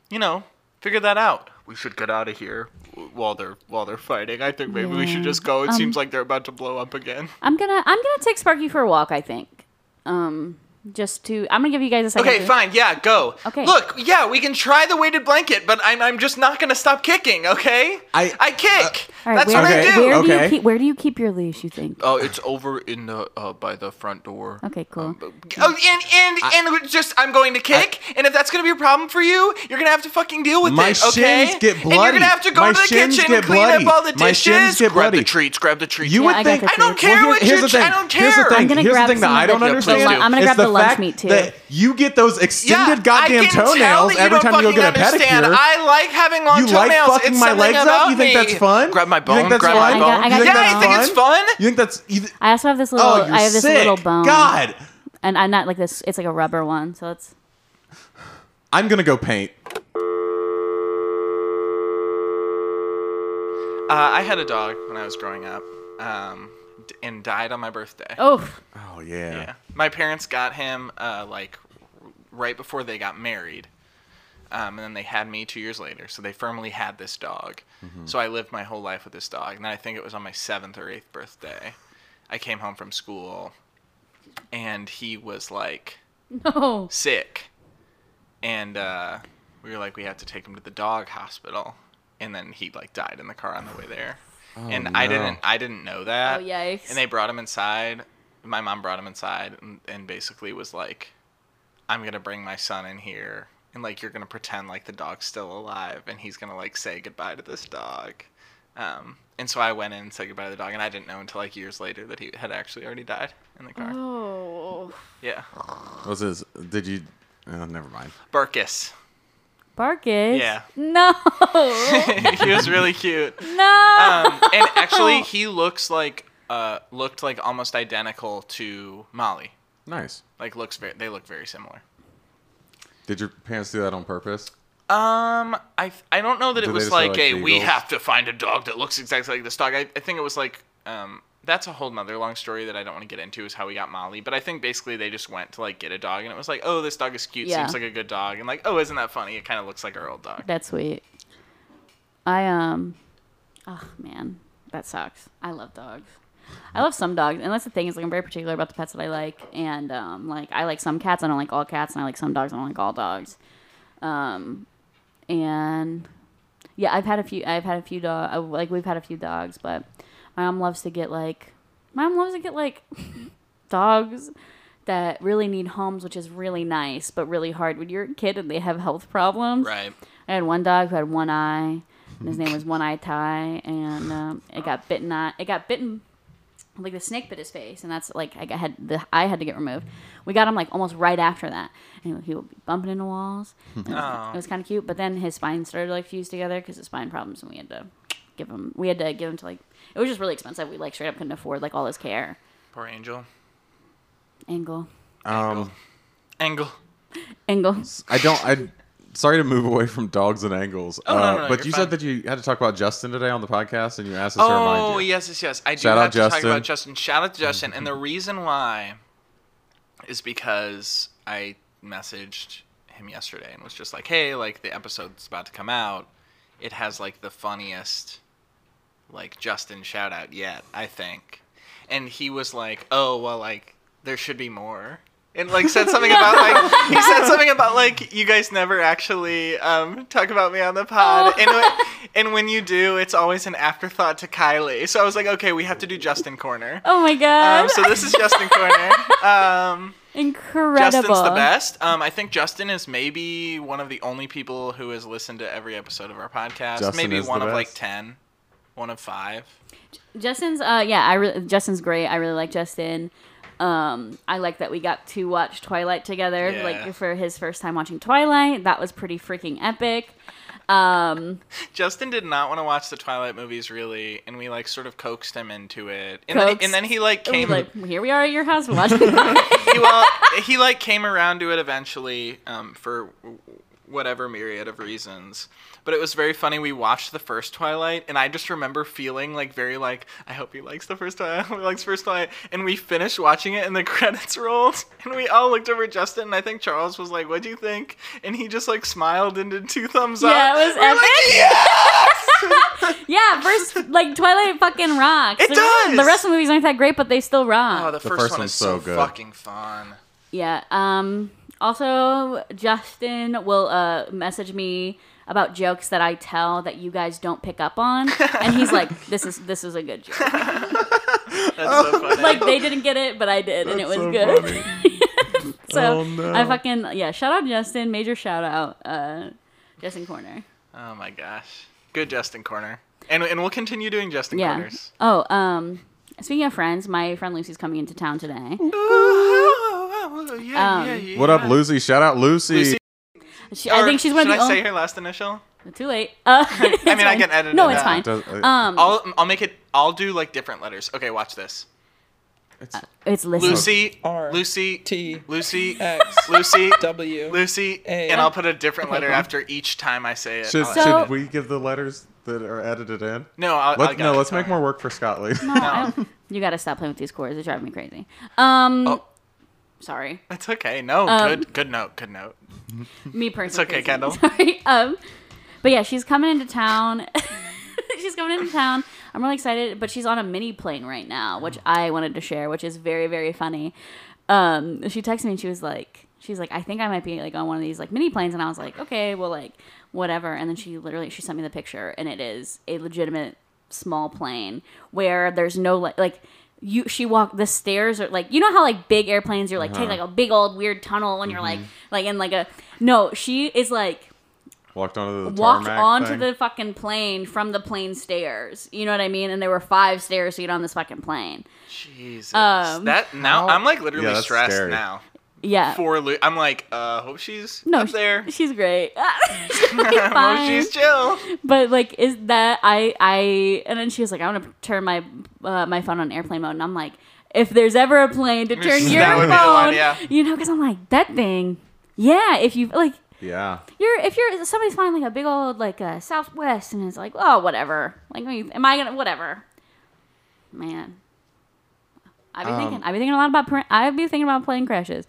[SPEAKER 3] you know, figure that out. We should get out of here w- while they're while they're fighting. I think maybe we should
[SPEAKER 1] Yeah.
[SPEAKER 3] just go. It
[SPEAKER 1] Um,
[SPEAKER 3] seems like they're about to blow up again.
[SPEAKER 1] I'm gonna I'm gonna take Sparky for a walk. I think, um, just to I'm gonna give you guys a second.
[SPEAKER 3] Okay,
[SPEAKER 1] to-
[SPEAKER 3] fine. Yeah, go.
[SPEAKER 1] Okay.
[SPEAKER 3] Look, yeah, we can try the weighted blanket, but I'm, I'm just not gonna stop kicking. Okay.
[SPEAKER 2] I-
[SPEAKER 3] I uh, kick.
[SPEAKER 1] All right,
[SPEAKER 3] That's
[SPEAKER 1] where,
[SPEAKER 3] what
[SPEAKER 2] Okay.
[SPEAKER 3] I do.
[SPEAKER 1] Where do
[SPEAKER 2] Okay.
[SPEAKER 1] you keep Where do you keep your leash? You think?
[SPEAKER 3] Oh, it's over in the uh, by the front door.
[SPEAKER 1] Okay, cool.
[SPEAKER 2] Uh,
[SPEAKER 3] Oh, and and and just I'm going to kick, and if that's gonna be a problem for you, you're gonna have to fucking deal with
[SPEAKER 2] My
[SPEAKER 3] it. Okay.
[SPEAKER 2] shins get
[SPEAKER 3] And you're
[SPEAKER 2] bloody.
[SPEAKER 3] gonna have to go
[SPEAKER 2] My
[SPEAKER 3] to the
[SPEAKER 2] shins
[SPEAKER 3] kitchen,
[SPEAKER 2] get
[SPEAKER 3] clean
[SPEAKER 2] bloody.
[SPEAKER 3] up all the dishes.
[SPEAKER 2] My shins get
[SPEAKER 3] grab
[SPEAKER 2] bloody.
[SPEAKER 3] the treats. Grab the treats.
[SPEAKER 2] You
[SPEAKER 1] Yeah,
[SPEAKER 2] would
[SPEAKER 1] I got
[SPEAKER 2] think
[SPEAKER 1] the
[SPEAKER 3] I don't
[SPEAKER 1] treats.
[SPEAKER 3] care
[SPEAKER 2] here-
[SPEAKER 3] what
[SPEAKER 2] here's
[SPEAKER 3] you.
[SPEAKER 2] the thing.
[SPEAKER 3] I don't care.
[SPEAKER 2] Here's the thing.
[SPEAKER 1] I'm gonna
[SPEAKER 2] here's
[SPEAKER 1] grab
[SPEAKER 2] the thing that
[SPEAKER 1] some
[SPEAKER 2] I
[SPEAKER 1] of the-
[SPEAKER 2] don't
[SPEAKER 1] Yeah,
[SPEAKER 3] please
[SPEAKER 2] understand.
[SPEAKER 3] do. I'm
[SPEAKER 1] gonna
[SPEAKER 2] It's
[SPEAKER 1] grab
[SPEAKER 2] the
[SPEAKER 1] the lunch
[SPEAKER 2] fact
[SPEAKER 1] meat, too.
[SPEAKER 2] That you get those extended goddamn
[SPEAKER 3] I can tell
[SPEAKER 2] toenails
[SPEAKER 3] that you
[SPEAKER 2] every
[SPEAKER 3] don't
[SPEAKER 2] time you go
[SPEAKER 3] fucking
[SPEAKER 2] get a
[SPEAKER 3] understand.
[SPEAKER 2] pedicure.
[SPEAKER 3] I like having long
[SPEAKER 2] you
[SPEAKER 3] toenails.
[SPEAKER 2] like fucking
[SPEAKER 3] it's
[SPEAKER 2] my
[SPEAKER 3] something
[SPEAKER 2] legs
[SPEAKER 3] about
[SPEAKER 2] up? You think
[SPEAKER 3] me.
[SPEAKER 2] that's fun?
[SPEAKER 3] Grab my
[SPEAKER 2] You
[SPEAKER 3] bone.
[SPEAKER 2] think that's
[SPEAKER 3] Grab
[SPEAKER 2] fun?
[SPEAKER 3] my bone.
[SPEAKER 1] I got- I got
[SPEAKER 2] you think
[SPEAKER 1] the
[SPEAKER 2] that's
[SPEAKER 3] yeah, I think it's fun.
[SPEAKER 2] You think that's? You th-
[SPEAKER 1] I also have this little.
[SPEAKER 2] oh, you're
[SPEAKER 1] I have this
[SPEAKER 2] sick.
[SPEAKER 1] little bone.
[SPEAKER 2] God,
[SPEAKER 1] And I'm not like this. It's like a rubber one. So it's.
[SPEAKER 2] I'm gonna go paint.
[SPEAKER 3] Uh, I had a dog when I was growing up, um, d- and died on my birthday.
[SPEAKER 1] Oh,
[SPEAKER 2] Oh yeah.
[SPEAKER 3] Yeah. My parents got him uh, like r- right before they got married. Um, and then they had me two years later. So they firmly had this dog. So I lived my whole life with this dog. And then I think it was on my seventh or eighth birthday. I came home from school and he was like
[SPEAKER 1] no.
[SPEAKER 3] sick. And uh, we were like, we have to take him to the dog hospital. And then he like died in the car on the way there. and I
[SPEAKER 2] no.
[SPEAKER 3] didn't I didn't know that.
[SPEAKER 1] Oh, yikes.
[SPEAKER 3] And they brought him inside. My mom brought him inside and, and basically was like, I'm gonna bring my son in here and like you're gonna pretend like the dog's still alive and he's gonna like say goodbye to this dog. Um, and so I went in and said goodbye to the dog and I didn't know until like years later that he had actually already died in the car.
[SPEAKER 1] Oh,
[SPEAKER 3] Yeah.
[SPEAKER 2] Was his? Did you? Oh, never mind.
[SPEAKER 3] Barkus.
[SPEAKER 1] Barkis.
[SPEAKER 3] Yeah.
[SPEAKER 1] No.
[SPEAKER 3] he was really cute.
[SPEAKER 1] no.
[SPEAKER 2] Uh,
[SPEAKER 3] Um, and actually, he looks like uh, looked like almost identical to Molly.
[SPEAKER 2] Nice.
[SPEAKER 3] Like looks very, they look very similar.
[SPEAKER 2] Did your parents do that on purpose?
[SPEAKER 3] Um, I th- I don't know that
[SPEAKER 2] Do they
[SPEAKER 3] it was
[SPEAKER 2] just have,
[SPEAKER 3] like,
[SPEAKER 2] like,
[SPEAKER 3] a we
[SPEAKER 2] beagles?
[SPEAKER 3] have to find a dog that looks exactly like this dog. I, I think it was like um that's a whole nother long story that I don't want to get into is how we got Molly. But I think basically they just went to like get a dog and it was like, oh, this dog is cute,
[SPEAKER 1] Yeah.
[SPEAKER 3] seems like a good dog, and like, oh, isn't that funny? It kind of looks like our old dog.
[SPEAKER 1] That's sweet. I um, oh man, that sucks. I love dogs. I love some dogs, and that's the thing is like I'm very particular about the pets that I like, and um, like I like some cats, I don't like all cats, and I like some dogs, I don't like all dogs. Um, and yeah, I've had a few. I've had a few dog. Like we've had a few dogs, but my mom loves to get like my mom loves to get like dogs that really need homes, which is really nice, but really hard when you're a kid and they have health problems.
[SPEAKER 3] Right.
[SPEAKER 1] I had one dog who had one eye, and his name was One Eye Tie, and um, it got bitten. On, it got bitten, like the snake bit his face, and that's like I got- had the eye had to get removed. We got him like almost right after that, and he would be bumping into walls. and it was,
[SPEAKER 3] Aw.
[SPEAKER 1] kind of cute, but then his spine started like fused together because of spine problems, and we had to give him. We had to give him to like it was just really expensive. We like straight up couldn't afford like all his care.
[SPEAKER 3] Poor Angel.
[SPEAKER 1] Angle,
[SPEAKER 2] Um,
[SPEAKER 3] Angle.
[SPEAKER 1] angle.
[SPEAKER 2] I don't. I sorry to move away from dogs and angles. uh,
[SPEAKER 3] Oh, no, no, no,
[SPEAKER 2] but
[SPEAKER 3] you're
[SPEAKER 2] you
[SPEAKER 3] fine.
[SPEAKER 2] said that you had to talk about Justin today on the podcast, and you asked us to
[SPEAKER 3] Oh
[SPEAKER 2] remind you.
[SPEAKER 3] yes, yes, yes. I do
[SPEAKER 2] Shout out
[SPEAKER 3] have to talk
[SPEAKER 2] Justin. Mm-hmm.
[SPEAKER 3] about Justin. Shout out to Justin, and the reason why is because I messaged him yesterday and was just like, "Hey, like the episode's about to come out. It has like the funniest, like Justin shout out yet, I think." And he was like, "Oh, well, like there should be more." And like said something about like he said something about like you guys never actually um, talk about me on the pod, and wh- and when you do, it's always an afterthought to Kylie. So I was like, okay, we have to do Justin Corner.
[SPEAKER 1] Oh my god!
[SPEAKER 3] Um, so this is Justin Corner. Um,
[SPEAKER 1] Incredible.
[SPEAKER 3] Justin's the best. Um, I think Justin is maybe one of the only people who has listened to every episode of our podcast.
[SPEAKER 2] Justin
[SPEAKER 3] maybe
[SPEAKER 2] is the
[SPEAKER 3] one of like
[SPEAKER 2] best.
[SPEAKER 3] ten, one of five.
[SPEAKER 1] Justin's uh yeah, I re- Justin's great. I really like Justin. Um I like that we got to watch Twilight together
[SPEAKER 3] Yeah.
[SPEAKER 1] like for his first time watching Twilight. That was pretty freaking epic. Um
[SPEAKER 3] Justin did not want to watch the Twilight movies really, and we like sort of coaxed him into it. And, then,
[SPEAKER 1] Coaxed.
[SPEAKER 3] and then he like
[SPEAKER 1] we
[SPEAKER 3] came
[SPEAKER 1] like here we are at your house watching. Twilight.
[SPEAKER 3] he, well, he like came around to it eventually um, for whatever myriad of reasons. But it was very funny. We watched the first Twilight, and I just remember feeling like very like I hope he likes the first Twilight. I hope he likes first Twilight. And we finished watching it, and the credits rolled, and we all looked over at Justin, and I think Charles was like, "What do you think?" And he just like smiled and did two thumbs up.
[SPEAKER 1] Yeah, it was
[SPEAKER 3] We were like,
[SPEAKER 1] epic.
[SPEAKER 3] "Yes!"
[SPEAKER 1] yeah, first like Twilight fucking rocks.
[SPEAKER 3] It
[SPEAKER 1] the rest-
[SPEAKER 3] does!
[SPEAKER 1] the rest of the movies aren't that great, but they still rock.
[SPEAKER 3] oh, the, first, one is
[SPEAKER 2] one's
[SPEAKER 3] so
[SPEAKER 2] so good.
[SPEAKER 3] fucking fun.
[SPEAKER 1] Yeah. Um. Also, Justin will uh message me about jokes that I tell that you guys don't pick up on, and he's like, "This is this is a good joke."
[SPEAKER 3] That's so funny.
[SPEAKER 1] like they didn't get it, but I did, and it was
[SPEAKER 2] That's so
[SPEAKER 1] good. so
[SPEAKER 2] Oh, no.
[SPEAKER 1] I fucking yeah. Shout out Justin, major shout out, uh, Justin Corner.
[SPEAKER 3] Oh my gosh. Good Justin Corner. And, and we'll continue doing Justin
[SPEAKER 1] Yeah.
[SPEAKER 3] Corners.
[SPEAKER 1] Oh, um, speaking of friends, my friend Lucy's coming into town today. Um,
[SPEAKER 2] What up, Lucy? Shout out, Lucy.
[SPEAKER 3] Lucy-
[SPEAKER 1] She, I think she's one
[SPEAKER 3] should
[SPEAKER 1] of the
[SPEAKER 3] I say
[SPEAKER 1] only.
[SPEAKER 3] her last initial?
[SPEAKER 1] Too late. Uh,
[SPEAKER 3] I mean, I can edit
[SPEAKER 1] No,
[SPEAKER 3] it
[SPEAKER 1] it's
[SPEAKER 3] out.
[SPEAKER 1] fine.
[SPEAKER 2] Does- uh,
[SPEAKER 1] Um,
[SPEAKER 3] I'll, I'll make it, I'll do like different letters. Okay, watch this.
[SPEAKER 2] it's-
[SPEAKER 1] it's listen.
[SPEAKER 3] Lucy,
[SPEAKER 5] R,
[SPEAKER 3] Lucy,
[SPEAKER 5] T,
[SPEAKER 3] Lucy,
[SPEAKER 5] X,
[SPEAKER 3] Lucy,
[SPEAKER 5] W.
[SPEAKER 3] Lucy,
[SPEAKER 5] A.
[SPEAKER 3] and I'll put a different
[SPEAKER 1] Okay,
[SPEAKER 3] letter
[SPEAKER 1] cool.
[SPEAKER 3] after each time I say it.
[SPEAKER 2] should,
[SPEAKER 3] I'll-
[SPEAKER 1] So-
[SPEAKER 2] should we give the letters that are edited in?
[SPEAKER 3] no, I'll,
[SPEAKER 2] Let- no,
[SPEAKER 3] I'll got it.
[SPEAKER 2] let's make more work for Scott later.
[SPEAKER 1] No, I don't- you gotta stop playing with these chords. They drive me crazy. Um,
[SPEAKER 3] Oh.
[SPEAKER 1] sorry.
[SPEAKER 3] That's okay. No,
[SPEAKER 1] Um,
[SPEAKER 3] good, good note, good note.
[SPEAKER 1] me personally.
[SPEAKER 3] okay,
[SPEAKER 1] crazy.
[SPEAKER 3] Kendall.
[SPEAKER 1] Sorry. Um, but yeah, she's coming into town. she's coming into town. I'm really excited, but she's on a mini plane right now, which I wanted to share, which is very very funny. Um, she texted me and she was like, she's like, I think I might be like on one of these like mini planes, and I was like, okay, well like whatever. And then she literally she sent me the picture, and it is a legitimate small plane where there's no like like. You, she walked the stairs are like you know how like big airplanes you're like take
[SPEAKER 2] Uh-huh.
[SPEAKER 1] like a big old weird tunnel and you're like
[SPEAKER 2] Mm-hmm.
[SPEAKER 1] like in like a no she is like
[SPEAKER 2] Walked onto the
[SPEAKER 1] walked
[SPEAKER 2] tarmac
[SPEAKER 1] onto
[SPEAKER 2] thing.
[SPEAKER 1] the fucking plane from the plane stairs. You know what I mean? And there were five stairs to get on this fucking plane.
[SPEAKER 3] Jesus.
[SPEAKER 1] Um,
[SPEAKER 3] that, now, I'm like literally
[SPEAKER 2] Yeah, that's
[SPEAKER 3] stressed
[SPEAKER 2] scary.
[SPEAKER 3] now.
[SPEAKER 1] Yeah.
[SPEAKER 3] For Lu- I'm like, uh, hope she's
[SPEAKER 1] no,
[SPEAKER 3] up
[SPEAKER 1] sh-
[SPEAKER 3] there.
[SPEAKER 1] she's great. She'll be
[SPEAKER 3] Well,
[SPEAKER 1] fine.
[SPEAKER 3] she's chill.
[SPEAKER 1] but like, is that I I? And then she was like, I want to turn my uh, my phone on airplane mode, and I'm like, if there's ever a plane to turn
[SPEAKER 3] That
[SPEAKER 1] your phone,
[SPEAKER 3] would be the one, yeah.
[SPEAKER 1] you know, because I'm like that thing. Yeah, if you like,
[SPEAKER 2] Yeah.
[SPEAKER 1] You're if you're somebody's flying like a big old like a Southwest and it's like oh whatever like what you- am I gonna whatever, man. I've been
[SPEAKER 2] Um,
[SPEAKER 1] thinking. I've been thinking a lot about. par- I've been thinking about plane crashes.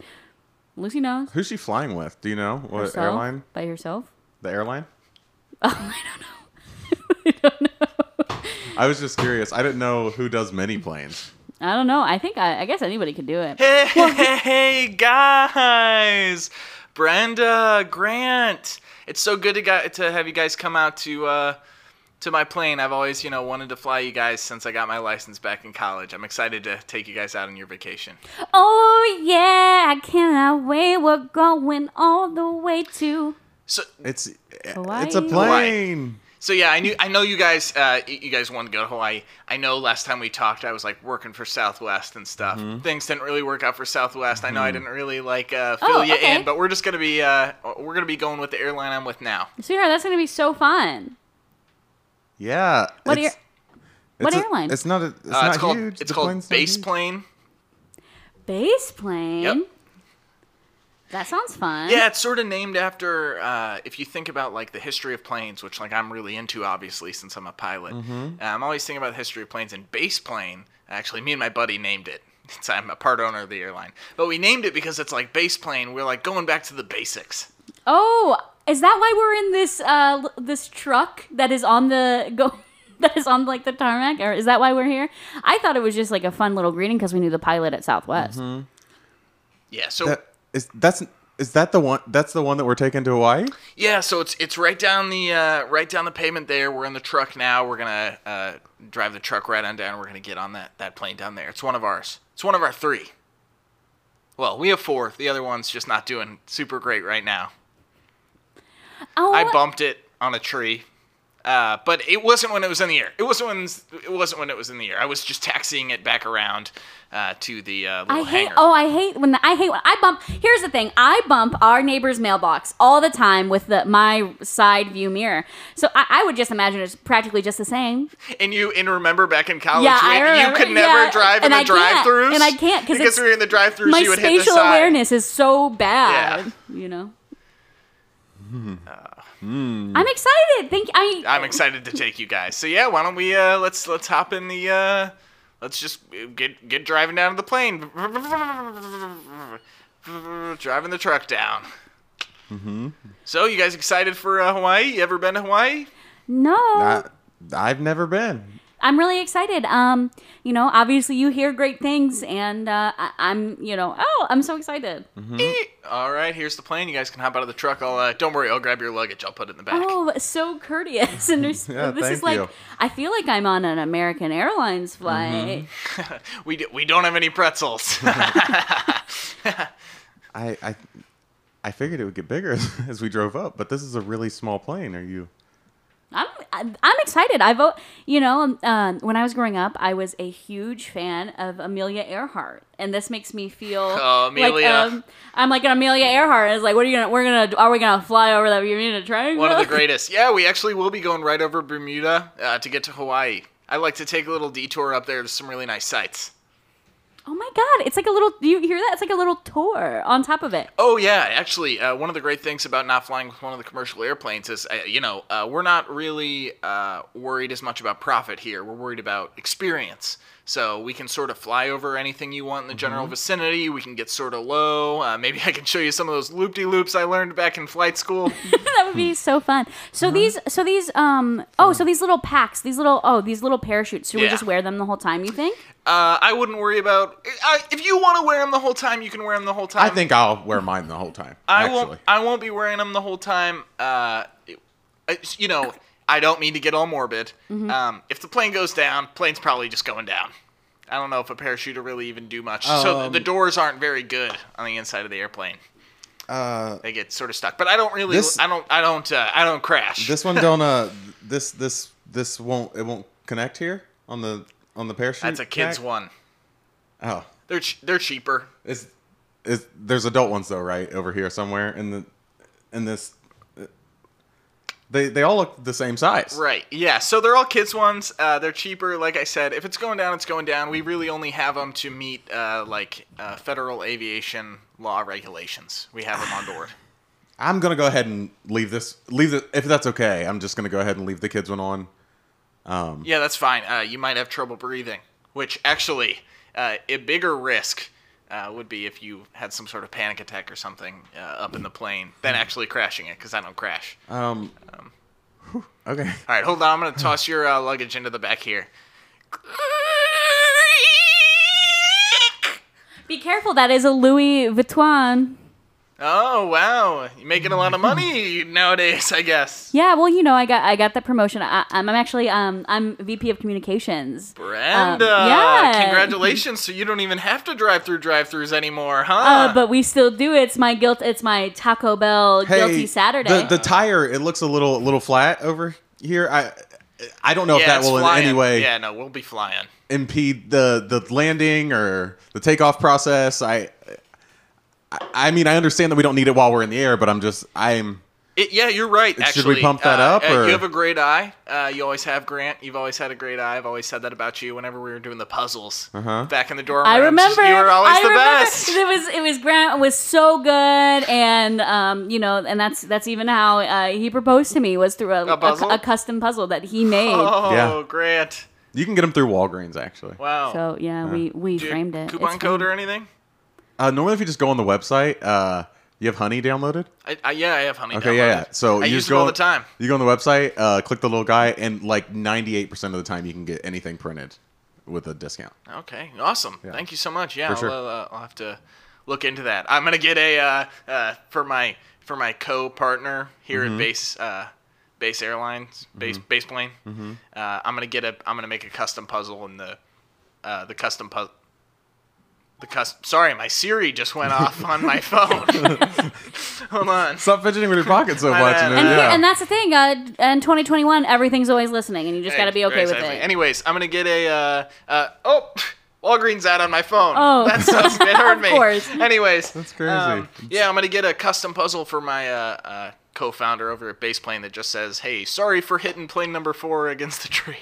[SPEAKER 1] Lucy knows.
[SPEAKER 2] Who's she flying with? Do you know what
[SPEAKER 1] herself,
[SPEAKER 2] airline?
[SPEAKER 1] by herself.
[SPEAKER 2] The airline?
[SPEAKER 1] I don't know.
[SPEAKER 2] I was just curious. I didn't know who does mini planes.
[SPEAKER 1] I don't know. I think I, I guess anybody could do it.
[SPEAKER 3] Hey, guys, Brenda, Grant. It's so good to gu to have you guys come out to uh, to my plane. I've always you know wanted to fly you guys since I got my license back in college. I'm excited to take you guys out on your vacation.
[SPEAKER 1] Oh yeah, I cannot wait. We're going all the way to.
[SPEAKER 3] So
[SPEAKER 2] It's it's a
[SPEAKER 1] Hawaii.
[SPEAKER 2] plane.
[SPEAKER 3] So yeah, I knew I know you guys uh, y- you guys wanted to go to Hawaii. I know last time we talked, I was like working for Southwest and stuff.
[SPEAKER 2] Mm-hmm.
[SPEAKER 3] Things didn't really work out for Southwest. I know I didn't really like uh, fill
[SPEAKER 1] Oh,
[SPEAKER 3] you
[SPEAKER 1] okay.
[SPEAKER 3] in, but we're just gonna be uh, we're gonna be going with the airline I'm with now.
[SPEAKER 1] Sweetheart, that's gonna be so fun.
[SPEAKER 2] Yeah.
[SPEAKER 1] What
[SPEAKER 2] it's-
[SPEAKER 1] air- what
[SPEAKER 2] it's a-
[SPEAKER 1] airline?
[SPEAKER 2] it's not. A, it's
[SPEAKER 3] Uh,
[SPEAKER 2] not
[SPEAKER 3] it's called
[SPEAKER 2] huge.
[SPEAKER 3] it's
[SPEAKER 2] The
[SPEAKER 3] called
[SPEAKER 2] plane's not
[SPEAKER 3] Base
[SPEAKER 2] huge.
[SPEAKER 3] Plane.
[SPEAKER 1] Base plane.
[SPEAKER 3] Yep.
[SPEAKER 1] That sounds fun.
[SPEAKER 3] Yeah, it's sort of named after uh, if you think about like the history of planes, which like I'm really into, obviously, since I'm a pilot. Uh, I'm always thinking about the history of planes. And Base Plane, actually, me and my buddy named it. It's, I'm a part owner of the airline, but we named it because it's like Base Plane. We're like going back to the basics.
[SPEAKER 1] Oh, is that why we're in this uh l- this truck that is on the go that is on like the tarmac or is that why we're here? I thought it was just like a fun little greeting because we knew the pilot at Southwest.
[SPEAKER 3] Mm-hmm. Yeah. So
[SPEAKER 2] That, is that's is that the one? That's the one that we're taking to Hawaii.
[SPEAKER 3] Yeah, so it's it's right down the uh, right down the pavement there. We're in the truck now. We're gonna uh, drive the truck right on down. We're gonna get on that that plane down there. It's one of ours. It's one of our three. Well, we have four. The other one's just not doing super great right now.
[SPEAKER 1] Oh,
[SPEAKER 3] I bumped it on a tree, uh, but it wasn't when it was in the air. It wasn't when it wasn't when it was in the air. I was just taxiing it back around uh, to the uh,
[SPEAKER 1] I
[SPEAKER 3] little
[SPEAKER 1] hate.
[SPEAKER 3] hangar.
[SPEAKER 1] Oh, I hate when the, I hate when I bump. Here's the thing: I bump our neighbor's mailbox all the time with the my side view mirror. So I, I would just imagine it's practically just the same.
[SPEAKER 3] And you and remember back in college,
[SPEAKER 1] Yeah, I
[SPEAKER 3] we, you
[SPEAKER 1] remember.
[SPEAKER 3] could never
[SPEAKER 1] Yeah,
[SPEAKER 3] drive in
[SPEAKER 1] and
[SPEAKER 3] the
[SPEAKER 1] I
[SPEAKER 3] drive
[SPEAKER 1] can't.
[SPEAKER 3] throughs.
[SPEAKER 1] And I can't 'cause it's-
[SPEAKER 3] because we were in the drive throughs.
[SPEAKER 1] My
[SPEAKER 3] you would hit the
[SPEAKER 1] spatial
[SPEAKER 3] side.
[SPEAKER 1] awareness is so bad. You know. I'm excited. Thank I.
[SPEAKER 3] Hmm. I'm excited to take you guys. So yeah, why don't we uh let's let's hop in the uh let's just uh, get get driving down to the plane. Driving the truck down. Mm-hmm. So you guys excited for uh, Hawaii? You ever been to Hawaii?
[SPEAKER 1] no.
[SPEAKER 2] I, I've never been.
[SPEAKER 1] I'm really excited. Um, you know, obviously you hear great things, and uh, I, I'm, you know, oh, I'm so excited.
[SPEAKER 3] Eh. All right, here's the plane. You guys can hop out of the truck. I'll uh, don't worry, I'll grab your luggage. I'll put it in the back.
[SPEAKER 1] Oh, so courteous. And there's-
[SPEAKER 2] Yeah,
[SPEAKER 1] this
[SPEAKER 2] thank
[SPEAKER 1] is like,
[SPEAKER 2] you.
[SPEAKER 1] I feel like I'm on an American Airlines
[SPEAKER 3] Mm-hmm.
[SPEAKER 1] flight.
[SPEAKER 3] We d- we don't have any pretzels.
[SPEAKER 2] I I I figured it would get bigger as we drove up, but this is a really small plane. Are you?
[SPEAKER 1] I'm I'm I'm excited. I vote. You know, um, when I was growing up, I was a huge fan of Amelia Earhart, and this makes me feel
[SPEAKER 3] Oh, Amelia.
[SPEAKER 1] like um, I'm like an Amelia Earhart. It's like, what are you gonna? We're gonna? Are we gonna fly over that Bermuda Triangle?
[SPEAKER 3] One of the greatest. Yeah, we actually will be going right over Bermuda uh, to get to Hawaii. I like to take a little detour up there. There's some really nice sights.
[SPEAKER 1] Oh my god! It's like a little. Do you hear that? It's like a little tour on top of it.
[SPEAKER 3] Oh yeah, actually, uh, one of the great things about not flying with one of the commercial airplanes is, uh, you know, uh, we're not really uh, worried as much about profit here. We're worried about experience. So we can sort of fly over anything you want in the general
[SPEAKER 2] Mm-hmm.
[SPEAKER 3] vicinity. We can get sort of low. Uh, maybe I can show you some of those loop-de-loops I learned back in flight school.
[SPEAKER 1] that would
[SPEAKER 3] Hmm.
[SPEAKER 1] be so fun. So
[SPEAKER 3] Uh-huh.
[SPEAKER 1] these, so these, um, oh, so these little packs, these little, oh, these little parachutes. Should we
[SPEAKER 3] Yeah.
[SPEAKER 1] just wear them the whole time? You think?
[SPEAKER 3] Uh, I wouldn't worry about. I, if you want to wear them the whole time, you can wear them the whole time.
[SPEAKER 2] I think I'll wear mine the whole time.
[SPEAKER 3] I
[SPEAKER 2] actually.
[SPEAKER 3] won't. I won't be wearing them the whole time. Uh, it- you know, I don't mean to get all morbid.
[SPEAKER 2] Mm-hmm.
[SPEAKER 3] Um, if the plane goes down, plane's probably just going down. I don't know if a parachute will really even do much. so
[SPEAKER 2] Um,
[SPEAKER 3] the doors aren't very good on the inside of the airplane. Uh, they get sort of stuck. But I don't really.
[SPEAKER 2] this-
[SPEAKER 3] I don't. I don't. Uh, I don't crash.
[SPEAKER 2] This one don't. Uh, this this this won't. It won't connect here on the on the parachute.
[SPEAKER 3] That's a kid's
[SPEAKER 2] pack?
[SPEAKER 3] one.
[SPEAKER 2] Oh,
[SPEAKER 3] They're ch- they're cheaper.
[SPEAKER 2] is is there's adult ones though, right over here somewhere in the in this. They they all look the same size.
[SPEAKER 3] Right. Yeah. So they're all kids ones. Uh, they're cheaper. Like I said, if it's going down, it's going down. We really only have them to meet uh, like uh, federal aviation law regulations. We have them on board.
[SPEAKER 2] I'm gonna go ahead and leave this. Leave the if that's okay. I'm just gonna go ahead and leave the kids one on.
[SPEAKER 3] Yeah, that's fine. Uh, you might have trouble breathing, which actually, uh, a bigger risk uh, would be if you had some sort of panic attack or something uh, up in the plane than actually crashing it, because I don't crash. All
[SPEAKER 2] Um. whew, okay.
[SPEAKER 3] right, hold on. I'm going to toss your uh, luggage into the back here.
[SPEAKER 1] Be careful. That is a Louis Vuitton.
[SPEAKER 3] Oh, wow. You're making a lot of money nowadays, I guess.
[SPEAKER 1] Yeah. Well, you know, I got I got that promotion. I, I'm I'm actually um I'm VP of communications.
[SPEAKER 3] Brenda,
[SPEAKER 1] Um, yeah.
[SPEAKER 3] congratulations. So you don't even have to drive through drive throughs anymore, huh?
[SPEAKER 1] Uh, but we still do it. It's my guilt. It's my Taco Bell guilty Saturday.
[SPEAKER 2] The, the tire. It looks a little little flat over here. I I don't know if
[SPEAKER 3] yeah,
[SPEAKER 2] that
[SPEAKER 3] it's
[SPEAKER 2] will
[SPEAKER 3] flying.
[SPEAKER 2] in any way
[SPEAKER 3] Yeah, no, we'll be flying.
[SPEAKER 2] impede the the landing or the takeoff process. I. I- I mean, I understand that we don't need it while we're in the air, but I'm just, I'm,
[SPEAKER 3] It, yeah, you're right.
[SPEAKER 2] Should we
[SPEAKER 3] Actually,
[SPEAKER 2] pump that
[SPEAKER 3] Uh,
[SPEAKER 2] up,
[SPEAKER 3] uh,
[SPEAKER 2] or-
[SPEAKER 3] you have a great eye. Uh, you always have, Grant. You've always had a great eye. I've always said that about you. Whenever we were doing the puzzles
[SPEAKER 2] Uh-huh.
[SPEAKER 3] back in the dorm,
[SPEAKER 1] I
[SPEAKER 3] rooms,
[SPEAKER 1] remember.
[SPEAKER 3] you were always
[SPEAKER 1] I
[SPEAKER 3] the
[SPEAKER 1] remember.
[SPEAKER 3] best.
[SPEAKER 1] It was it was Grant was so good, and um, you know, and that's that's even how uh, he proposed to me was through a,
[SPEAKER 3] A puzzle?
[SPEAKER 1] a custom puzzle that he made.
[SPEAKER 3] Oh,
[SPEAKER 2] Yeah.
[SPEAKER 3] Grant!
[SPEAKER 2] you can get them through Walgreens, actually.
[SPEAKER 3] Wow.
[SPEAKER 1] So yeah, we we
[SPEAKER 3] Do you
[SPEAKER 1] framed it.
[SPEAKER 3] Coupon
[SPEAKER 1] It's
[SPEAKER 3] code
[SPEAKER 1] fun.
[SPEAKER 3] or anything?
[SPEAKER 2] Uh, normally, if you just go on the website, uh, you have Honey downloaded.
[SPEAKER 3] I, I, yeah, I have honey.
[SPEAKER 2] Okay, yeah, yeah.
[SPEAKER 3] downloaded.
[SPEAKER 2] So
[SPEAKER 3] I
[SPEAKER 2] you
[SPEAKER 3] use
[SPEAKER 2] just
[SPEAKER 3] them
[SPEAKER 2] go
[SPEAKER 3] all the time.
[SPEAKER 2] You go on the website, uh, click the little guy, and like ninety-eight percent of the time, you can get anything printed with a discount.
[SPEAKER 3] Okay, awesome. Thank you so much. Yeah,
[SPEAKER 2] For sure.
[SPEAKER 3] I'll, uh, I'll have to look into that. I'm gonna get a uh, uh, for my for my co-partner here
[SPEAKER 2] Mm-hmm.
[SPEAKER 3] at base uh, base airlines base base plane.
[SPEAKER 2] Mm-hmm.
[SPEAKER 3] Uh, I'm gonna get a I'm gonna make a custom puzzle and the uh, the custom puzzle. The custom. Sorry, my Siri just went off on my phone. Hold on.
[SPEAKER 2] Stop fidgeting with your pocket so much.
[SPEAKER 3] know.
[SPEAKER 2] and,
[SPEAKER 1] And,
[SPEAKER 2] yeah.
[SPEAKER 1] here- and that's the thing. Uh, in 2021, everything's always listening, and you just got to be okay with
[SPEAKER 3] Exactly.
[SPEAKER 1] it.
[SPEAKER 3] Anyways, I'm gonna get a uh, uh oh. Walgreens ad on my phone.
[SPEAKER 1] Oh.
[SPEAKER 3] that sucks. It hurt
[SPEAKER 1] Of
[SPEAKER 3] me.
[SPEAKER 1] course.
[SPEAKER 3] Anyways,
[SPEAKER 2] That's crazy.
[SPEAKER 3] um, yeah, I'm gonna get a custom puzzle for my uh, uh, co-founder over at Baseplane that just says, "Hey, sorry for hitting plane number four against the tree."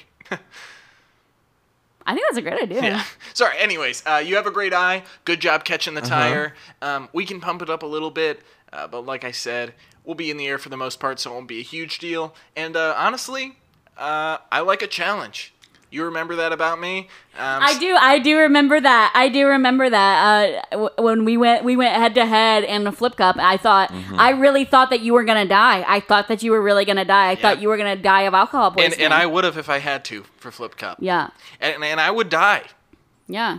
[SPEAKER 1] I think that's a great idea.
[SPEAKER 3] yeah. Sorry. Anyways, uh, you have a great eye. Good job catching
[SPEAKER 1] Uh-huh.
[SPEAKER 3] the tire. Um, we can pump it up a little bit, uh, but like I said, we'll be in the air for the most part, so it won't be a huge deal. And uh, honestly, uh, I like a challenge. You remember that about me? Um,
[SPEAKER 1] I do. I do remember that. I do remember that. Uh, w- when we went, we went head to head in the flip cup. I thought, I really thought that you were gonna die. I thought that you were really gonna die. I thought you were gonna die of alcohol
[SPEAKER 3] And,
[SPEAKER 1] poisoning.
[SPEAKER 3] and I would have if I had to for Flip Cup.
[SPEAKER 1] yeah,
[SPEAKER 3] And, and I would die.
[SPEAKER 1] yeah.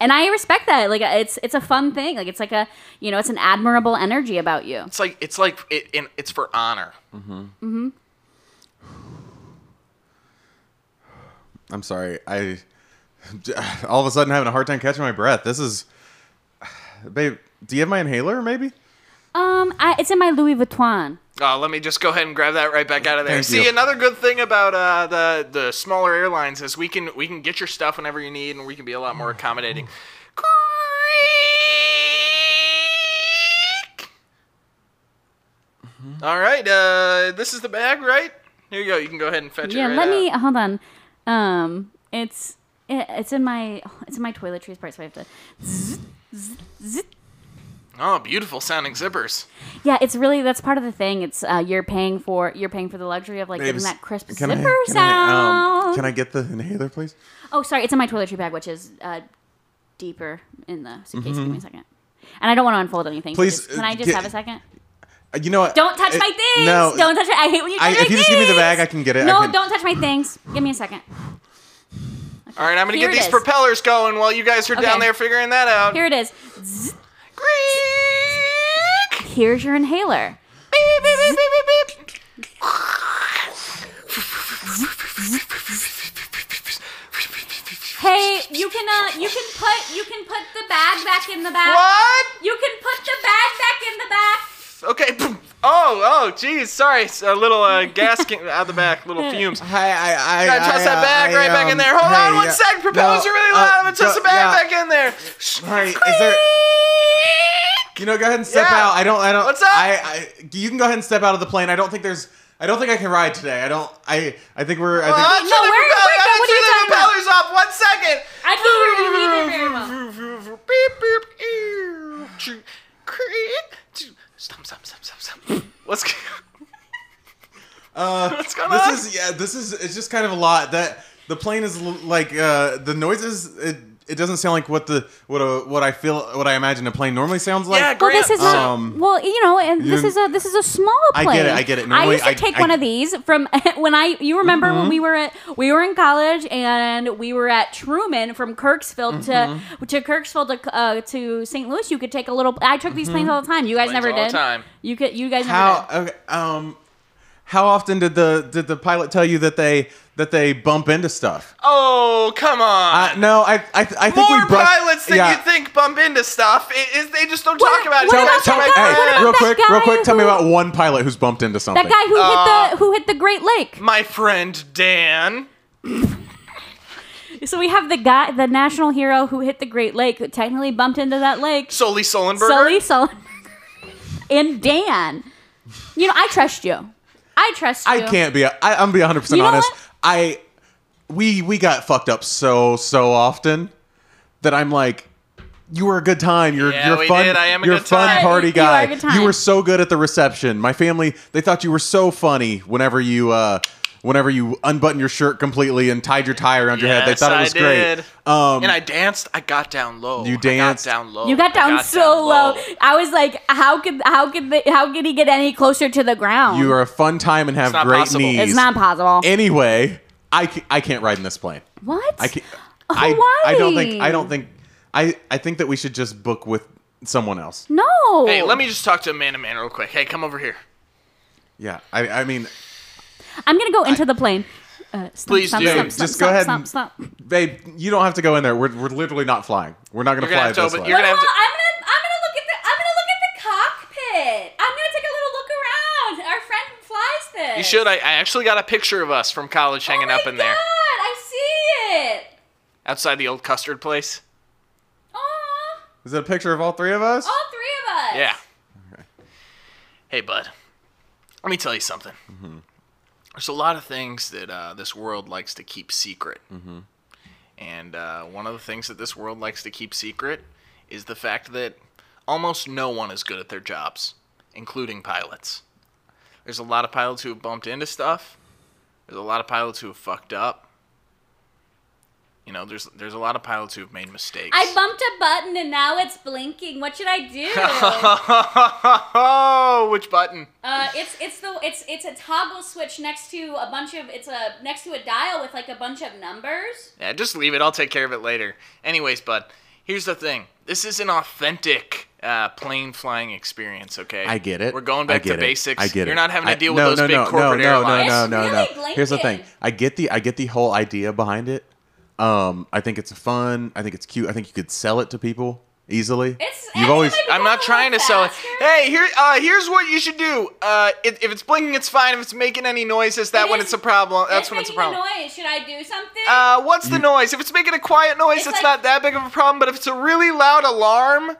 [SPEAKER 1] And I respect that. Like uh, it's it's a fun thing. Like it's like a you know it's an admirable energy about you.
[SPEAKER 3] It's like it's like it, and it's for honor.
[SPEAKER 2] I'm sorry. I all of a sudden having a hard time catching my breath. This is, babe. Do you have my inhaler? Maybe.
[SPEAKER 1] Um, I, it's in my Louis Vuitton.
[SPEAKER 3] Oh, let me just go ahead and grab that right back out of there.
[SPEAKER 2] Thank
[SPEAKER 3] See,
[SPEAKER 2] you.
[SPEAKER 3] another good thing about uh, the the smaller airlines is we can we can get your stuff whenever you need, and we can be a lot more accommodating. Creak.
[SPEAKER 2] Mm-hmm.
[SPEAKER 3] All right, uh, this is the bag, right? Here you go. You can go ahead and fetch
[SPEAKER 1] yeah,
[SPEAKER 3] it. right
[SPEAKER 1] let
[SPEAKER 3] out.
[SPEAKER 1] me hold on. Um, it's it, it's in my it's in my toiletries part, so I have to.
[SPEAKER 3] Oh, beautiful sounding zippers.
[SPEAKER 1] Yeah, it's really that's part of the thing. It's uh, you're paying for you're paying for the luxury of like
[SPEAKER 2] Babe,
[SPEAKER 1] getting that crisp
[SPEAKER 2] can I-
[SPEAKER 1] zipper
[SPEAKER 2] can
[SPEAKER 1] sound.
[SPEAKER 2] I, um, can I get the inhaler, please?
[SPEAKER 1] oh, sorry, it's in my toiletry bag, which is uh, deeper in the suitcase. Give me a second. And I don't want to unfold anything. so
[SPEAKER 2] Mm-hmm. Please,
[SPEAKER 1] just- can I
[SPEAKER 2] uh,
[SPEAKER 1] just
[SPEAKER 2] get-
[SPEAKER 1] have a second?
[SPEAKER 2] Uh, You know what?
[SPEAKER 1] Don't touch
[SPEAKER 2] It-
[SPEAKER 1] my things.
[SPEAKER 2] No.
[SPEAKER 1] don't touch it. I hate when you touch
[SPEAKER 2] I-
[SPEAKER 1] my
[SPEAKER 2] if you just give me the bag, I
[SPEAKER 1] things.
[SPEAKER 2] can get it. I
[SPEAKER 1] No,
[SPEAKER 2] can-
[SPEAKER 1] don't touch my things. Give me a second.
[SPEAKER 3] All right, I'm gonna
[SPEAKER 1] Here
[SPEAKER 3] get
[SPEAKER 1] it
[SPEAKER 3] these
[SPEAKER 1] is.
[SPEAKER 3] propellers going while you guys are down
[SPEAKER 1] Okay.
[SPEAKER 3] there figuring that out.
[SPEAKER 1] Here it is. Zzz,
[SPEAKER 3] Creak.
[SPEAKER 1] Here's your inhaler. Hey, you can uh, you can put you can put the bag back in the back.
[SPEAKER 3] What?
[SPEAKER 1] You can put the bag back in the back.
[SPEAKER 3] Okay. boom. Oh, oh, geez. Sorry. It's A little uh, gas came out the back, little fumes.
[SPEAKER 2] Hi, I, I,
[SPEAKER 3] Gotta toss
[SPEAKER 2] I,
[SPEAKER 3] that
[SPEAKER 2] uh,
[SPEAKER 3] bag
[SPEAKER 2] I,
[SPEAKER 3] right back in
[SPEAKER 2] um,
[SPEAKER 3] there. Hold
[SPEAKER 2] hey,
[SPEAKER 3] on one
[SPEAKER 2] yeah.
[SPEAKER 3] sec. Propellers
[SPEAKER 2] No,
[SPEAKER 3] are really
[SPEAKER 2] uh,
[SPEAKER 3] loud. I'm gonna toss
[SPEAKER 2] go-
[SPEAKER 3] the bag
[SPEAKER 2] yeah.
[SPEAKER 3] back in there.
[SPEAKER 2] Hey, is there? You know, go ahead and step
[SPEAKER 3] Yeah.
[SPEAKER 2] out. I don't. I don't.
[SPEAKER 3] What's up?
[SPEAKER 2] I, I. You can go ahead and step out of the plane. I don't think there's. I don't think I can ride today. I don't. I. I think we're.
[SPEAKER 3] Oh,
[SPEAKER 2] I
[SPEAKER 3] I'm
[SPEAKER 2] think.
[SPEAKER 1] No,
[SPEAKER 3] turning
[SPEAKER 1] where-
[SPEAKER 3] propeller-
[SPEAKER 1] where-
[SPEAKER 3] I'm
[SPEAKER 1] what are you
[SPEAKER 3] turning
[SPEAKER 1] talking about?
[SPEAKER 3] propellers off. One second.
[SPEAKER 1] I thought we were gonna be there very well.
[SPEAKER 3] Beep, beep, ew. Creak. Stop, stop, stop, stop, stop.
[SPEAKER 2] Uh,
[SPEAKER 3] What's going
[SPEAKER 2] this
[SPEAKER 3] on?
[SPEAKER 2] is yeah. This is it's just kind of a lot that the plane is l- like uh, the noises. It it doesn't sound like what the what a what I feel what I imagine a plane normally sounds like.
[SPEAKER 3] Yeah,
[SPEAKER 1] Well,
[SPEAKER 3] Grant,
[SPEAKER 1] this is not.
[SPEAKER 2] Um,
[SPEAKER 1] well, you know, and this
[SPEAKER 2] you-
[SPEAKER 1] is a this is a small
[SPEAKER 2] I
[SPEAKER 1] plane.
[SPEAKER 2] get it, I get it.
[SPEAKER 1] I
[SPEAKER 2] Normally,
[SPEAKER 1] used to
[SPEAKER 2] I-
[SPEAKER 1] take
[SPEAKER 2] I- Mm-hmm.
[SPEAKER 1] one of these from when I. You remember when we were at we were in college and we were at Truman from Kirksville
[SPEAKER 2] Mm-hmm.
[SPEAKER 1] to to Kirksville to uh, to St. Louis. You could take a little. I took these planes all the time. You guys
[SPEAKER 3] Planes
[SPEAKER 1] never
[SPEAKER 3] all
[SPEAKER 1] did.
[SPEAKER 3] the time.
[SPEAKER 1] You could. You guys
[SPEAKER 2] Mm-hmm. How
[SPEAKER 1] never did.
[SPEAKER 2] okay, um how often did the did the pilot tell you that they that they bump into stuff?
[SPEAKER 3] Oh, come on.
[SPEAKER 2] Uh, no, I I, I think
[SPEAKER 3] More
[SPEAKER 2] we brushed,
[SPEAKER 3] pilots than
[SPEAKER 2] yeah.
[SPEAKER 3] you think bump into stuff. It, it- they just don't talk about it.
[SPEAKER 1] what
[SPEAKER 2] Tell,
[SPEAKER 3] They
[SPEAKER 1] about
[SPEAKER 3] don't
[SPEAKER 2] tell,
[SPEAKER 1] that
[SPEAKER 3] talk
[SPEAKER 1] guy-
[SPEAKER 3] about
[SPEAKER 1] what
[SPEAKER 2] hey,
[SPEAKER 3] it.
[SPEAKER 1] about
[SPEAKER 2] real
[SPEAKER 1] that
[SPEAKER 2] quick,
[SPEAKER 1] guy
[SPEAKER 2] real quick. Tell me
[SPEAKER 1] who-
[SPEAKER 2] about one pilot who's bumped into something.
[SPEAKER 1] That guy who hit
[SPEAKER 2] Uh,
[SPEAKER 1] the who hit the Great Lake.
[SPEAKER 3] My friend Dan.
[SPEAKER 1] So we have the guy, the national hero who hit the Great Lake, who technically bumped into that lake.
[SPEAKER 3] Sully Sullenberger.
[SPEAKER 1] Sully Sullenberger and Dan. You know, I trust you. I trust you.
[SPEAKER 2] I can't be. I, I'm be 100 percent
[SPEAKER 1] You know
[SPEAKER 2] honest.
[SPEAKER 1] what?
[SPEAKER 2] I we we got fucked up so so often that I'm like, you were a good time. You're
[SPEAKER 3] Yeah,
[SPEAKER 2] you're
[SPEAKER 3] we
[SPEAKER 2] fun.
[SPEAKER 3] did. I am a
[SPEAKER 2] you're
[SPEAKER 3] good
[SPEAKER 2] fun
[SPEAKER 3] time.
[SPEAKER 2] party
[SPEAKER 1] You are
[SPEAKER 2] guy.
[SPEAKER 1] a good time.
[SPEAKER 2] You were so good at the reception. My family they thought you were so funny whenever you. uh Whenever you unbuttoned your shirt completely and tied your tie around your head, they
[SPEAKER 3] Yes,
[SPEAKER 2] thought it
[SPEAKER 3] I
[SPEAKER 2] was great.
[SPEAKER 3] did.
[SPEAKER 2] Um,
[SPEAKER 3] and I danced. I got down low.
[SPEAKER 2] You danced.
[SPEAKER 3] I got down low.
[SPEAKER 1] You got
[SPEAKER 3] I
[SPEAKER 1] down so low. I was like, how could how could they, how could he get any closer to the ground?
[SPEAKER 2] you are a fun time and have
[SPEAKER 3] not
[SPEAKER 2] great
[SPEAKER 3] possible.
[SPEAKER 2] knees.
[SPEAKER 1] it's not possible.
[SPEAKER 2] Anyway, I, ca- I can't ride in this plane.
[SPEAKER 1] what?
[SPEAKER 2] I can't. I, I don't think. I don't think. I I think that we should just book with someone else.
[SPEAKER 1] No.
[SPEAKER 3] Hey, let me just talk to a man to man real quick. Hey, come over here.
[SPEAKER 2] Yeah. I I mean,
[SPEAKER 1] I'm gonna go into the plane. Uh, stomp,
[SPEAKER 3] Please
[SPEAKER 1] stomp,
[SPEAKER 3] do.
[SPEAKER 1] stomp,
[SPEAKER 2] Just
[SPEAKER 1] stomp,
[SPEAKER 2] go ahead
[SPEAKER 1] stomp,
[SPEAKER 2] and-
[SPEAKER 1] stomp, stomp.
[SPEAKER 2] babe, you don't have to go in there. We're we're literally not flying. We're not gonna
[SPEAKER 3] You're
[SPEAKER 2] fly
[SPEAKER 3] gonna have to
[SPEAKER 2] this
[SPEAKER 3] open-
[SPEAKER 2] way.
[SPEAKER 3] you're gonna-
[SPEAKER 4] Well,
[SPEAKER 3] have to-
[SPEAKER 4] I'm gonna I'm gonna look at the I'm gonna look at the cockpit. I'm gonna take a little look around. Our friend flies this.
[SPEAKER 3] You should. I, I actually got a picture of us from college
[SPEAKER 4] Oh
[SPEAKER 3] hanging
[SPEAKER 4] my
[SPEAKER 3] up in there
[SPEAKER 4] God, I see it.
[SPEAKER 3] outside the old custard place.
[SPEAKER 4] Aw,
[SPEAKER 2] Is it a picture of all three of us?
[SPEAKER 1] Oh.
[SPEAKER 4] all three of us.
[SPEAKER 3] Yeah. Hey, bud. Let me tell you something. There's a lot of things that uh, this world likes to keep secret. And uh, one of the things that this world likes to keep secret is the fact that almost no one is good at their jobs, including pilots. There's a lot of pilots who have bumped into stuff. There's a lot of pilots who have fucked up. You know, there's there's a lot of pilots who have made mistakes.
[SPEAKER 4] I bumped a button and now it's blinking. What should I do?
[SPEAKER 3] oh, which button?
[SPEAKER 4] Uh, it's it's the it's it's a toggle switch next to a bunch of it's a next to a dial with like a bunch of numbers.
[SPEAKER 3] Yeah, just leave it. I'll take care of it later. Anyways, bud, here's the thing. This is an authentic uh, plane flying experience, okay?
[SPEAKER 2] I get it.
[SPEAKER 3] We're going
[SPEAKER 2] I
[SPEAKER 3] back
[SPEAKER 2] get
[SPEAKER 3] to
[SPEAKER 2] it.
[SPEAKER 3] basics.
[SPEAKER 2] I get it.
[SPEAKER 3] You're not having
[SPEAKER 2] I-
[SPEAKER 3] to deal
[SPEAKER 2] no,
[SPEAKER 3] with those
[SPEAKER 2] no,
[SPEAKER 3] big
[SPEAKER 2] no,
[SPEAKER 3] corporate
[SPEAKER 2] no, no,
[SPEAKER 3] airlines.
[SPEAKER 2] No,
[SPEAKER 4] It's
[SPEAKER 2] no, no,
[SPEAKER 4] really
[SPEAKER 2] no. Here's the thing.
[SPEAKER 4] blanket.
[SPEAKER 2] I get the I get the whole idea behind it. Um, I think it's fun. I think it's cute. I think you could sell it to people easily.
[SPEAKER 4] It's
[SPEAKER 2] You've always
[SPEAKER 3] I'm not trying to sell it. Hey, here, uh, here's what you should do. Uh, if, if it's blinking, it's fine. If it's making any noise, is that
[SPEAKER 4] It
[SPEAKER 3] when
[SPEAKER 4] is-
[SPEAKER 3] it's a problem? That's
[SPEAKER 4] it's
[SPEAKER 3] when it's a
[SPEAKER 4] making
[SPEAKER 3] problem.
[SPEAKER 4] noise. Should I do something?
[SPEAKER 3] Uh, what's the
[SPEAKER 2] You-
[SPEAKER 3] noise? If it's making a quiet noise, it's,
[SPEAKER 4] It's like-
[SPEAKER 3] not that big of a problem. But if it's a really loud alarm,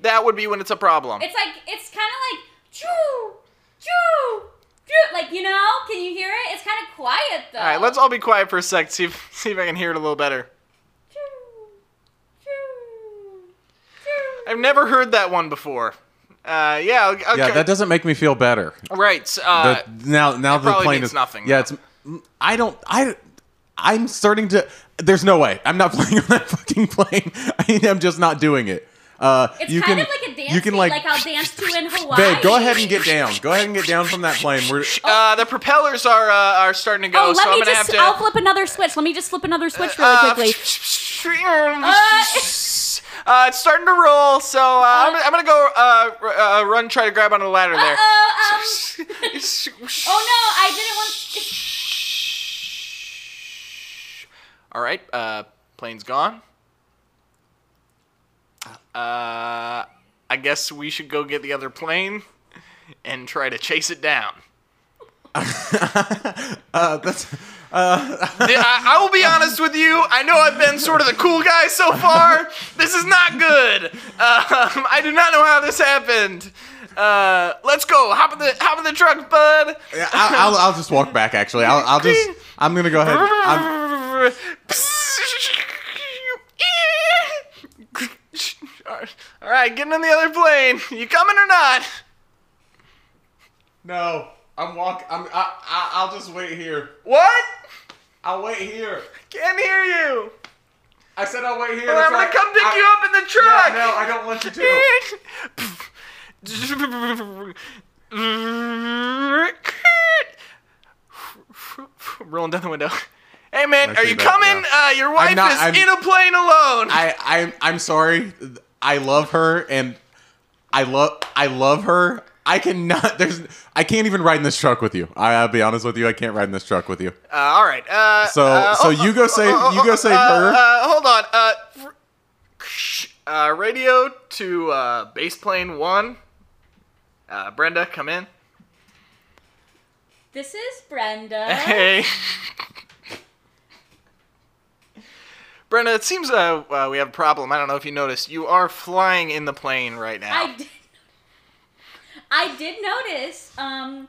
[SPEAKER 3] that would be when it's a problem.
[SPEAKER 4] it's like it's kind of like choo choo choo. Like you know, can you hear it? It's kind of quiet though.
[SPEAKER 3] all right, let's all be quiet for a sec. See if see if I can hear it a little better.
[SPEAKER 4] Choo, choo, choo.
[SPEAKER 3] I've never heard that one before. Uh, yeah. Okay.
[SPEAKER 2] yeah. That doesn't make me feel better.
[SPEAKER 3] Right. so, Uh,
[SPEAKER 2] the, now now the
[SPEAKER 3] probably
[SPEAKER 2] plane
[SPEAKER 3] means
[SPEAKER 2] is
[SPEAKER 3] nothing,
[SPEAKER 2] Yeah,
[SPEAKER 3] though.
[SPEAKER 2] it's. I don't. I. I'm starting to. There's no way. I'm not playing on that fucking plane. I mean, I'm just not doing it. Uh,
[SPEAKER 4] It's
[SPEAKER 2] you
[SPEAKER 4] kind
[SPEAKER 2] can,
[SPEAKER 4] of like a dance.
[SPEAKER 2] You can
[SPEAKER 4] beat,
[SPEAKER 2] like.
[SPEAKER 4] like I'll dance to in Hawaii.
[SPEAKER 2] babe, go ahead and get down. Go ahead and get down from that plane. We're.
[SPEAKER 3] uh, the propellers are uh, are starting to go,
[SPEAKER 1] Oh, let
[SPEAKER 3] so I'm
[SPEAKER 1] me
[SPEAKER 3] gonna
[SPEAKER 1] just. I'll
[SPEAKER 3] have to.
[SPEAKER 1] flip another switch. Let me just flip another switch really quickly. Uh,
[SPEAKER 3] uh, uh, it's starting to roll, so uh, I'm, gonna, I'm gonna go uh, r- uh, run, try to grab onto the ladder
[SPEAKER 1] Uh,
[SPEAKER 3] there.
[SPEAKER 4] Oh, um, oh no, I didn't want.
[SPEAKER 3] All right, uh, plane's gone. Uh, I guess we should go get the other plane and try to chase it down.
[SPEAKER 2] Uh, that's.
[SPEAKER 3] Th- I, I will be honest with you. I know I've been sort of the cool guy so far. This is not good. Um, I do not know how this happened. Uh, let's go. Hop in the hop in the truck, bud.
[SPEAKER 2] I- I'll, I'll just walk back. Actually, I'll, I'll just. I'm gonna go ahead. I'm, All
[SPEAKER 3] All right, getting in the other plane. You coming or not?
[SPEAKER 2] no. I'm walk. I'm. I, I. I'll just wait here.
[SPEAKER 3] What?
[SPEAKER 2] I'll wait here.
[SPEAKER 3] Can't hear you.
[SPEAKER 2] I said I'll wait here.
[SPEAKER 3] Well,
[SPEAKER 2] that's
[SPEAKER 3] I'm gonna
[SPEAKER 2] why-
[SPEAKER 3] come pick
[SPEAKER 2] I-
[SPEAKER 3] you up in the
[SPEAKER 2] No,
[SPEAKER 3] truck.
[SPEAKER 2] no, I don't want you to.
[SPEAKER 3] Rolling down the window. Hey man,
[SPEAKER 2] I
[SPEAKER 3] are
[SPEAKER 2] see
[SPEAKER 3] you
[SPEAKER 2] that,
[SPEAKER 3] coming?
[SPEAKER 2] yeah.
[SPEAKER 3] Uh, your wife
[SPEAKER 2] not-
[SPEAKER 3] is
[SPEAKER 2] I'm-
[SPEAKER 3] in a plane alone.
[SPEAKER 2] I, I I'm sorry. I love her and I love I love her. I cannot. There's. I can't even ride in this truck with you. I, I'll be honest with you. I can't ride in this truck with you.
[SPEAKER 3] uh, all right. Uh,
[SPEAKER 2] So
[SPEAKER 3] uh,
[SPEAKER 2] so
[SPEAKER 3] oh,
[SPEAKER 2] you go save
[SPEAKER 3] oh, oh,
[SPEAKER 2] you go
[SPEAKER 3] oh,
[SPEAKER 2] save
[SPEAKER 3] uh,
[SPEAKER 2] her.
[SPEAKER 3] Uh, hold on. Uh, fr- uh, radio to uh, base plane one. Uh, Brenda, come in.
[SPEAKER 1] This is Brenda.
[SPEAKER 3] Hey. Brenda, it seems uh, uh, we have a problem. I don't know if you noticed. You are flying in the plane right now.
[SPEAKER 1] I did. I did notice. Um,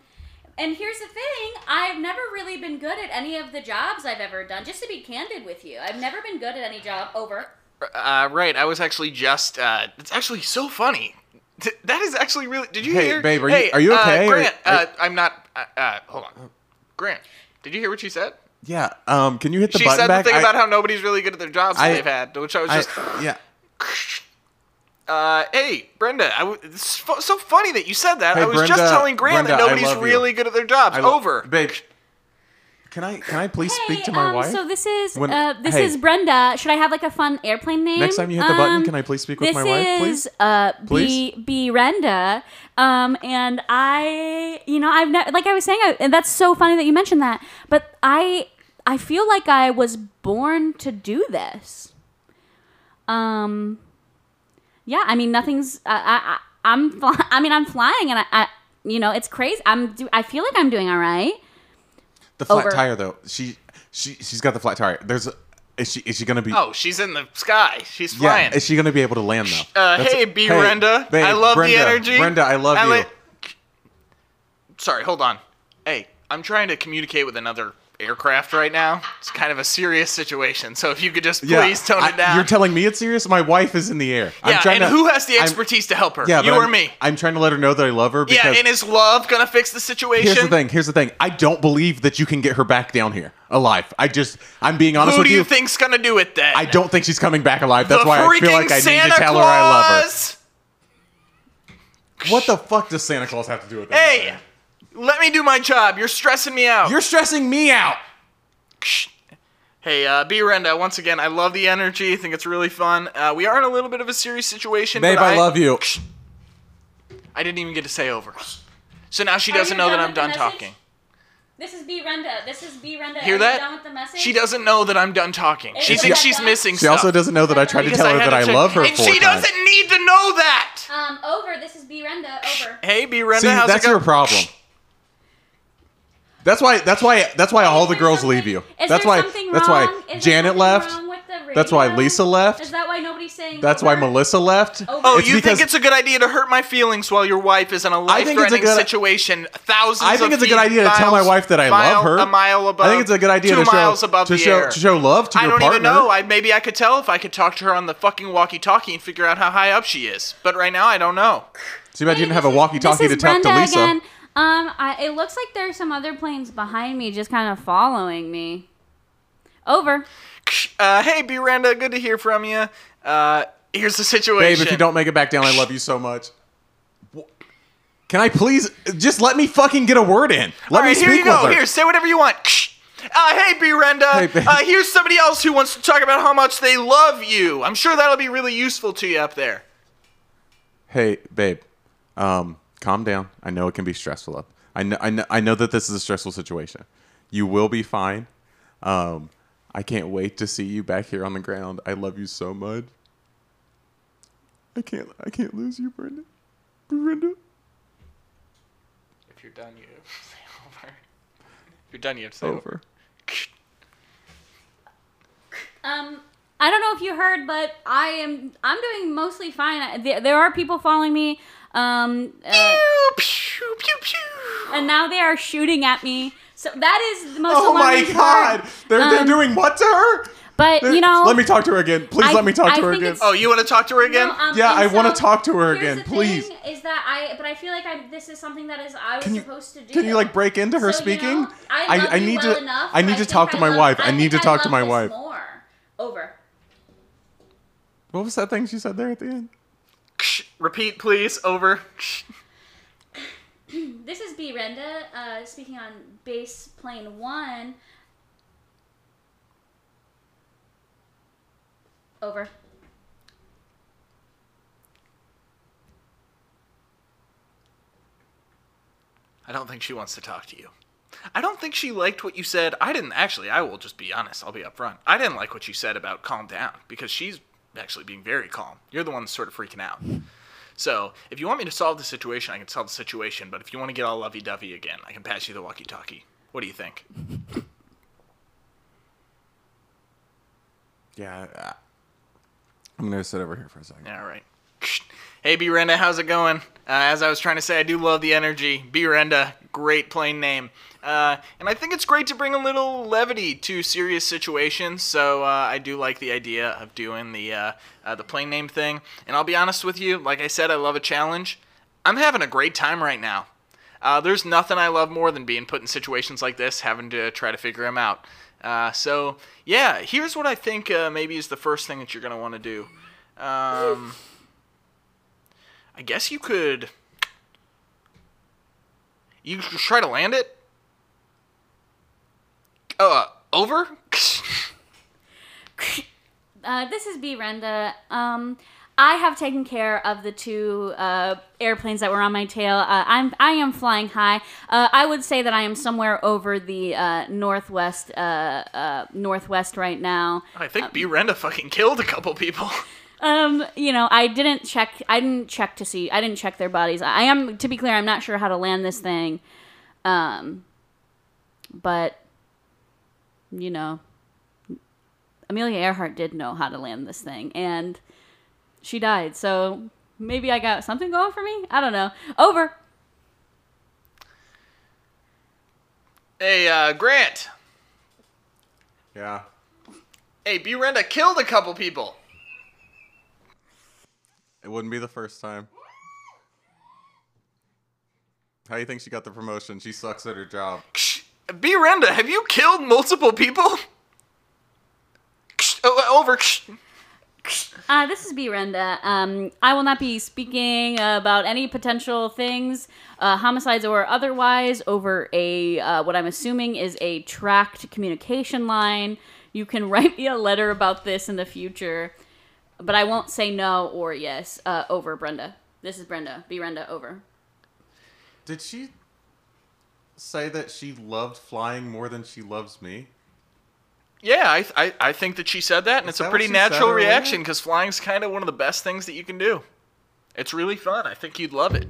[SPEAKER 1] and here's the thing: I've never really been good at any of the jobs I've ever done. Just to be candid with you, I've never been good at any job. Over.
[SPEAKER 3] Uh, right, I was actually just. Uh, it's actually so funny. Th- that is actually really. Did you
[SPEAKER 2] Hey,
[SPEAKER 3] hear?
[SPEAKER 2] babe, are you-
[SPEAKER 3] Hey,
[SPEAKER 2] are you
[SPEAKER 3] uh,
[SPEAKER 2] okay? Are-
[SPEAKER 3] Grant,
[SPEAKER 2] are-
[SPEAKER 3] uh, I'm not. Uh, uh, hold on. Grant, did you hear what she said?
[SPEAKER 2] yeah. Um. Can you hit the
[SPEAKER 3] She
[SPEAKER 2] button
[SPEAKER 3] said
[SPEAKER 2] back?
[SPEAKER 3] the thing
[SPEAKER 2] I-
[SPEAKER 3] about how nobody's really good at their jobs
[SPEAKER 2] I-
[SPEAKER 3] that they've had, which I was
[SPEAKER 2] I-
[SPEAKER 3] just.
[SPEAKER 2] yeah.
[SPEAKER 3] Uh, hey, Brenda, I w- it's fu- so funny that you said that.
[SPEAKER 2] Hey,
[SPEAKER 3] I was
[SPEAKER 2] Brenda-
[SPEAKER 3] just telling Grant
[SPEAKER 2] Brenda, I
[SPEAKER 3] that nobody's
[SPEAKER 2] love you.
[SPEAKER 3] really good at their jobs.
[SPEAKER 2] I lo-
[SPEAKER 3] Over.
[SPEAKER 2] babe. Can I can I please
[SPEAKER 1] Hey,
[SPEAKER 2] speak to my
[SPEAKER 1] um,
[SPEAKER 2] wife?
[SPEAKER 1] So this is
[SPEAKER 2] When-
[SPEAKER 1] uh, this
[SPEAKER 2] hey.
[SPEAKER 1] is Brenda. Should I have like a fun airplane name?
[SPEAKER 2] Next time you hit the button,
[SPEAKER 1] Um,
[SPEAKER 2] can I please speak with
[SPEAKER 1] this
[SPEAKER 2] my wife, please?
[SPEAKER 1] is uh,
[SPEAKER 2] Please?
[SPEAKER 1] B B Brenda, um, and I, you know, I've never like I was saying, I, and that's so funny that you mentioned that. But I, I feel like I was born to do this. Um, yeah, I mean, nothing's. I, I, I I'm. Fly- I mean, I'm flying, and I, I, you know, it's crazy. I'm. Do- I feel like I'm doing all right.
[SPEAKER 2] the flat
[SPEAKER 1] over.
[SPEAKER 2] tire though. She she she's got the flat tire. There's. A, is she is she gonna be?
[SPEAKER 3] Oh, she's in the sky. She's
[SPEAKER 2] Yeah,
[SPEAKER 3] flying.
[SPEAKER 2] is she gonna be able to land though?
[SPEAKER 3] uh,
[SPEAKER 2] That's-
[SPEAKER 3] hey, B. Brenda.
[SPEAKER 2] babe,
[SPEAKER 3] I love
[SPEAKER 2] Brenda,
[SPEAKER 3] the energy.
[SPEAKER 2] Brenda, I love you.
[SPEAKER 3] li- Sorry, hold on. Hey, I'm trying to communicate with another aircraft right now. It's kind of a serious situation, so if you could just please tone
[SPEAKER 2] I-
[SPEAKER 3] it down.
[SPEAKER 2] You're telling me it's serious. My wife is in the air.
[SPEAKER 3] yeah, and
[SPEAKER 2] to,
[SPEAKER 3] who has the
[SPEAKER 2] I'm-
[SPEAKER 3] expertise to help her?
[SPEAKER 2] yeah,
[SPEAKER 3] you
[SPEAKER 2] but
[SPEAKER 3] or
[SPEAKER 2] I'm-
[SPEAKER 3] me?
[SPEAKER 2] I'm trying to let her know that I love her because
[SPEAKER 3] yeah, and is love gonna fix the situation?
[SPEAKER 2] here's the thing. Here's the thing. I don't believe that you can get her back down here alive. I just, I'm being honest
[SPEAKER 3] Who
[SPEAKER 2] with
[SPEAKER 3] do you,
[SPEAKER 2] you.
[SPEAKER 3] think's gonna do it then?
[SPEAKER 2] I don't think she's coming back alive. That's
[SPEAKER 3] the
[SPEAKER 2] why I feel
[SPEAKER 3] freaking
[SPEAKER 2] like I
[SPEAKER 3] Santa
[SPEAKER 2] need to tell
[SPEAKER 3] Claus!
[SPEAKER 2] her I love her. What the fuck does Santa Claus have to do with that?
[SPEAKER 3] Hey, let me do my job. You're stressing me out.
[SPEAKER 2] you're stressing me out.
[SPEAKER 3] Hey, uh, B. Renda, once again, I love the energy. I think it's really fun. Uh, we are in a little bit of a serious situation.
[SPEAKER 2] Babe,
[SPEAKER 3] but
[SPEAKER 2] I love you.
[SPEAKER 3] I didn't even get to say over. So now she
[SPEAKER 1] Are you
[SPEAKER 3] doesn't know that
[SPEAKER 1] done
[SPEAKER 3] I'm
[SPEAKER 1] with the
[SPEAKER 3] done
[SPEAKER 1] message?
[SPEAKER 3] talking.
[SPEAKER 1] This is B Brenda. This is B Brenda.
[SPEAKER 3] Hear
[SPEAKER 1] Are you
[SPEAKER 3] that?
[SPEAKER 1] done with the message?
[SPEAKER 3] She doesn't know that I'm done talking. She
[SPEAKER 1] Is
[SPEAKER 3] thinks
[SPEAKER 1] she-
[SPEAKER 3] she's missing
[SPEAKER 2] She
[SPEAKER 3] stuff.
[SPEAKER 2] also doesn't know that I tried to
[SPEAKER 3] Because
[SPEAKER 2] tell her
[SPEAKER 3] had
[SPEAKER 2] that I
[SPEAKER 3] to check-
[SPEAKER 2] love her.
[SPEAKER 3] And
[SPEAKER 2] four
[SPEAKER 3] she
[SPEAKER 2] times.
[SPEAKER 3] doesn't need to know that!
[SPEAKER 1] Um, over. This is B Brenda. Over.
[SPEAKER 3] Hey, B. Renda,
[SPEAKER 2] See,
[SPEAKER 3] how's
[SPEAKER 2] that's
[SPEAKER 3] it
[SPEAKER 2] your
[SPEAKER 3] going?
[SPEAKER 2] problem. That's why. That's why. That's why all the
[SPEAKER 1] Is there
[SPEAKER 2] girls
[SPEAKER 1] something-
[SPEAKER 2] leave you.
[SPEAKER 1] is
[SPEAKER 2] That's
[SPEAKER 1] there
[SPEAKER 2] why.
[SPEAKER 1] something
[SPEAKER 2] That's why
[SPEAKER 1] wrong? Is there
[SPEAKER 2] Janet
[SPEAKER 1] something
[SPEAKER 2] left.
[SPEAKER 1] wrong with the
[SPEAKER 2] That's why
[SPEAKER 1] radio?
[SPEAKER 2] Lisa left.
[SPEAKER 1] Is that why nobody's saying?
[SPEAKER 2] That's why
[SPEAKER 1] over?
[SPEAKER 2] Melissa left.
[SPEAKER 1] Over.
[SPEAKER 3] Oh,
[SPEAKER 2] It's
[SPEAKER 3] you
[SPEAKER 2] because-
[SPEAKER 3] think it's a good idea to hurt my feelings while your wife is in a
[SPEAKER 2] I think it's a
[SPEAKER 3] life-threatening
[SPEAKER 2] good-
[SPEAKER 3] situation? Thousands.
[SPEAKER 2] I think
[SPEAKER 3] of
[SPEAKER 2] it's a
[SPEAKER 3] feet,
[SPEAKER 2] good idea to tell my
[SPEAKER 3] miles-
[SPEAKER 2] wife that I
[SPEAKER 3] mile-
[SPEAKER 2] love her.
[SPEAKER 3] A mile above.
[SPEAKER 2] I think it's a good idea to
[SPEAKER 3] two
[SPEAKER 2] show
[SPEAKER 3] miles above
[SPEAKER 2] to
[SPEAKER 3] the
[SPEAKER 2] show
[SPEAKER 3] air.
[SPEAKER 2] to show love to
[SPEAKER 3] I
[SPEAKER 2] your
[SPEAKER 3] don't
[SPEAKER 2] partner.
[SPEAKER 3] even know. I maybe I could tell if I could talk to her on the fucking walkie-talkie and figure out how high up she is. But right now, I don't know.
[SPEAKER 2] Too bad you didn't have a
[SPEAKER 1] This
[SPEAKER 2] walkie-talkie
[SPEAKER 1] is
[SPEAKER 2] to talk
[SPEAKER 1] Brenda
[SPEAKER 2] to Lisa.
[SPEAKER 1] again. Um, I, it looks like there's some other planes behind me, just kind of following me. Over.
[SPEAKER 3] Uh, hey, B. Randa, good to hear from you. Uh, here's the situation.
[SPEAKER 2] Babe, if you don't make it back down, I love you so much. Wh- Can I please just let me fucking get a word in? Let
[SPEAKER 3] All
[SPEAKER 2] me
[SPEAKER 3] right,
[SPEAKER 2] speak
[SPEAKER 3] here you go.
[SPEAKER 2] with her.
[SPEAKER 3] Here, say whatever you want. Uh, hey, B.
[SPEAKER 2] Hey,
[SPEAKER 3] Renda.
[SPEAKER 2] babe.
[SPEAKER 3] uh, here's somebody else who wants to talk about how much they love you. I'm sure that'll be really useful to you up there.
[SPEAKER 2] hey babe um calm down i know it can be stressful up i know i know, I know that this is a stressful situation you will be fine um i can't wait to see you back here on the ground i love you so much i can't i can't lose you brenda brenda
[SPEAKER 3] If you're done, you say over. If you're done, you have to say over.
[SPEAKER 2] over
[SPEAKER 1] Um, I don't know if you heard, but I am. I'm doing mostly fine. I- There, there are people following me. Um, uh,
[SPEAKER 2] Oh
[SPEAKER 3] Pew, pew, pew.
[SPEAKER 1] and now they are shooting at me. So that is the most.
[SPEAKER 2] oh my
[SPEAKER 1] alarming part.
[SPEAKER 2] god they're, they're
[SPEAKER 1] Um,
[SPEAKER 2] doing what to her
[SPEAKER 1] But you know,
[SPEAKER 2] let me talk to her again. Please
[SPEAKER 1] I-
[SPEAKER 2] let me talk
[SPEAKER 1] I
[SPEAKER 2] to her
[SPEAKER 1] think
[SPEAKER 2] again.
[SPEAKER 1] it's-
[SPEAKER 3] Oh, you want to talk to her again?
[SPEAKER 4] No, um,
[SPEAKER 2] Yeah,
[SPEAKER 4] and
[SPEAKER 2] I wanna
[SPEAKER 4] so,
[SPEAKER 2] talk to her
[SPEAKER 4] here's
[SPEAKER 2] again,
[SPEAKER 4] the
[SPEAKER 2] please.
[SPEAKER 4] Thing is that I? But I feel like I. This is something that is I was
[SPEAKER 2] Can you-
[SPEAKER 4] supposed to do.
[SPEAKER 2] Can you like break into her
[SPEAKER 4] So, you know,
[SPEAKER 2] speaking?
[SPEAKER 4] I, love you
[SPEAKER 2] need
[SPEAKER 4] well
[SPEAKER 2] to
[SPEAKER 4] enough,
[SPEAKER 2] I
[SPEAKER 4] but
[SPEAKER 2] need to
[SPEAKER 4] think
[SPEAKER 2] talk to my
[SPEAKER 4] love-
[SPEAKER 2] wife. I,
[SPEAKER 4] think
[SPEAKER 2] need to talk to
[SPEAKER 4] love
[SPEAKER 2] my
[SPEAKER 4] this
[SPEAKER 2] wife.
[SPEAKER 4] More. Over.
[SPEAKER 2] What was that thing she said there at the end?
[SPEAKER 3] Ksh, Repeat, please. Over. Ksh.
[SPEAKER 4] This is B Renda uh, speaking on bass plane one. Over.
[SPEAKER 3] I don't think she wants to talk to you. I don't think she liked what you said. I didn't actually. I will just be honest. I'll be upfront. I didn't like what you said about calm down because she's actually being very calm. You're the one that's sort of freaking out. So, if you want me to solve the situation, I can solve the situation. But if you want to get all lovey dovey again, I can pass you the walkie talkie. What do you think?
[SPEAKER 2] Yeah. uh, I'm going to sit over here for a second.
[SPEAKER 3] All right. Hey, B Renda, how's it going? Uh, as I was trying to say, I do love the energy. B Renda, great plain name. Uh, and I think it's great to bring a little levity to serious situations. So uh, I do like the idea of doing the uh, uh, the plain name thing. And I'll be honest with you, like I said, I love a challenge. I'm having a great time right now. Uh, there's nothing I love more than being put in situations like this, having to try to figure them out. Uh, so yeah, here's what I think uh, maybe is the first thing that you're gonna want to do. Um, I guess you could. You could try to land it. Uh, over.
[SPEAKER 1] Uh, this is B. Renda. Um, I have taken care of the two uh, airplanes that were on my tail. Uh, I'm I am flying high. Uh, I would say that I am somewhere over the uh, northwest uh, uh, northwest right now.
[SPEAKER 3] I think B Renda fucking killed a couple people.
[SPEAKER 1] Um, you know, I didn't check. I didn't check to see. I didn't check their bodies. I am to be clear. I'm not sure how to land this thing. Um, but you know, Amelia Earhart did know how to land this thing, and she died. So maybe I got something going for me. I don't know. Over.
[SPEAKER 3] hey, uh, Grant.
[SPEAKER 2] Yeah.
[SPEAKER 3] Hey, B Renda killed a couple people.
[SPEAKER 2] It wouldn't be the first time. How you think she got the promotion? She sucks at her job.
[SPEAKER 3] B Renda, have you killed multiple people? Oh, over.
[SPEAKER 1] Uh, this is B. Renda. Um, I will not be speaking about any potential things, uh, homicides or otherwise, over a uh, what I'm assuming is a tracked communication line. You can write me a letter about this in the future, but I won't say no or yes. Uh, over, Brenda. This is Brenda. B. Renda. Over.
[SPEAKER 2] Did she say that she loved flying more than she loves me?
[SPEAKER 3] Yeah, I, th- I, I think that she said that, and
[SPEAKER 2] Is
[SPEAKER 3] it's a
[SPEAKER 2] that what
[SPEAKER 3] pretty
[SPEAKER 2] she said
[SPEAKER 3] natural
[SPEAKER 2] earlier?
[SPEAKER 3] reaction because flying's kind of one of the best things that you can do. It's really fun. I think you'd love it.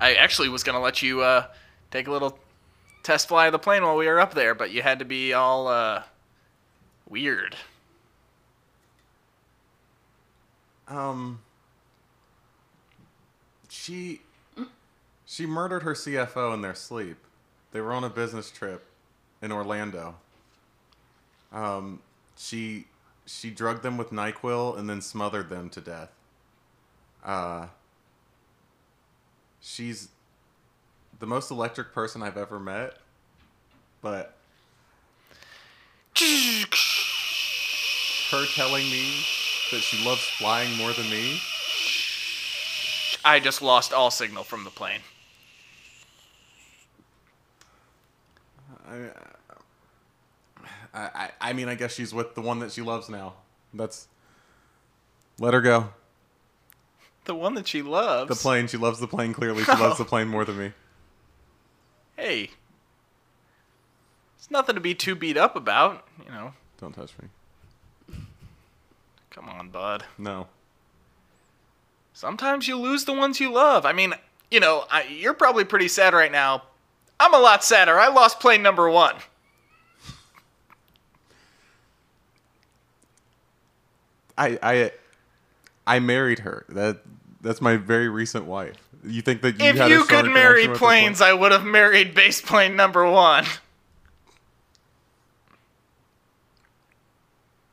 [SPEAKER 3] I actually was going to let you uh, take a little test fly of the plane while we were up there, but you had to be all uh, weird.
[SPEAKER 2] Um she she murdered her CFO in their sleep. They were on a business trip in Orlando. Um she she drugged them with NyQuil and then smothered them to death. Uh she's the most electric person I've ever met, but her telling me that she loves flying more than me
[SPEAKER 3] I just lost all signal from the plane.
[SPEAKER 2] I, I, I- I mean, I guess she's with the one that she loves now. That's let her go.
[SPEAKER 3] The one that she loves.
[SPEAKER 2] The plane. She loves the plane. Clearly, she loves the plane more than me.
[SPEAKER 3] Hey. It's nothing to be too beat up about, you know.
[SPEAKER 2] Don't touch me.
[SPEAKER 3] Come on, bud.
[SPEAKER 2] No.
[SPEAKER 3] Sometimes you lose the ones you love. I mean, you know, I, you're probably pretty sad right now. I'm a lot sadder. I lost plane number one.
[SPEAKER 2] I I I married her. That that's my very recent wife. You think that you
[SPEAKER 3] if
[SPEAKER 2] had a
[SPEAKER 3] you
[SPEAKER 2] stronger
[SPEAKER 3] could marry
[SPEAKER 2] connection with the plane?
[SPEAKER 3] planes, I would have married base plane number one.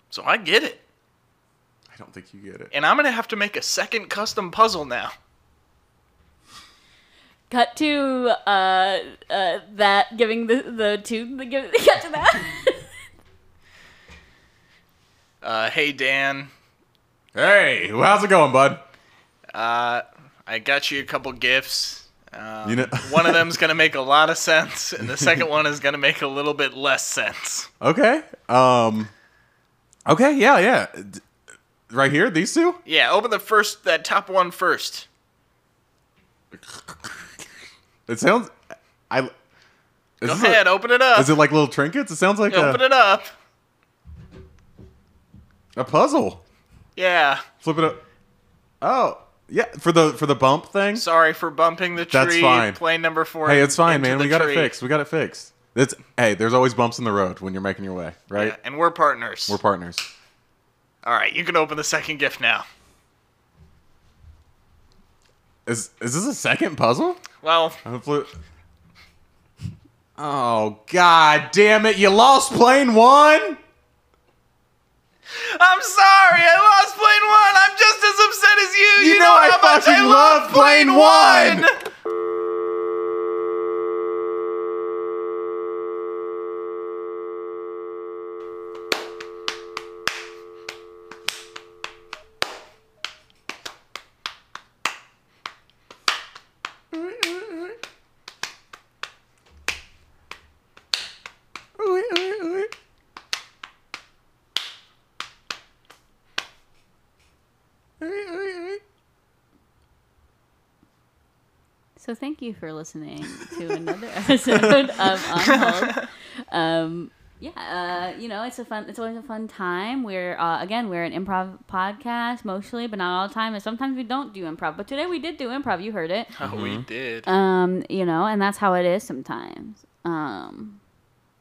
[SPEAKER 3] So I get it.
[SPEAKER 2] I don't think you get it.
[SPEAKER 3] And I'm going to have to make a second custom puzzle now.
[SPEAKER 1] Cut to uh, uh, that giving the the two the give, cut to that.
[SPEAKER 3] Uh, hey, Dan.
[SPEAKER 2] Hey, well, how's it going, bud?
[SPEAKER 3] Uh, I got you a couple gifts. Um,
[SPEAKER 2] You know-
[SPEAKER 3] one of them's going to make a lot of sense, and the second one is going to make a little bit less sense.
[SPEAKER 2] Okay. Um. Okay. Yeah. Yeah. D- right here, these two.
[SPEAKER 3] Yeah, open the first, that top one first.
[SPEAKER 2] It sounds. I. Is
[SPEAKER 3] Go
[SPEAKER 2] this a-
[SPEAKER 3] ahead, open it up.
[SPEAKER 2] is it like little trinkets? It sounds like
[SPEAKER 3] open
[SPEAKER 2] a,
[SPEAKER 3] it up.
[SPEAKER 2] a puzzle.
[SPEAKER 3] Yeah.
[SPEAKER 2] Flip it up. Oh, yeah. For the for the bump thing.
[SPEAKER 3] Sorry for bumping the tree.
[SPEAKER 2] That's fine.
[SPEAKER 3] Plane number four.
[SPEAKER 2] Hey, it's fine,
[SPEAKER 3] into
[SPEAKER 2] man.
[SPEAKER 3] the
[SPEAKER 2] We got it
[SPEAKER 3] tree.
[SPEAKER 2] fixed. We got it fixed. It's hey. There's always bumps in the road when you're making your way, right?
[SPEAKER 3] Yeah, and we're partners.
[SPEAKER 2] We're partners.
[SPEAKER 3] All right, you can open the second gift now.
[SPEAKER 2] Is is this a second puzzle?
[SPEAKER 3] Well,
[SPEAKER 2] I'm flu- oh god damn it! You lost plane one.
[SPEAKER 3] I'm sorry. I lost plane one. I'm just as upset as you.
[SPEAKER 2] You know I
[SPEAKER 3] how much
[SPEAKER 2] fucking
[SPEAKER 3] I
[SPEAKER 2] love plane one.
[SPEAKER 1] So thank you for listening to another episode of On Hold. Um, yeah, uh, you know it's a fun. It's always a fun time. We're uh, again we're an improv podcast mostly, but not all the time. And sometimes we don't do improv. But today we did do improv. You heard it.
[SPEAKER 3] Oh,
[SPEAKER 2] Mm-hmm.
[SPEAKER 3] we did.
[SPEAKER 1] Um, you know, and that's how it is sometimes. Um,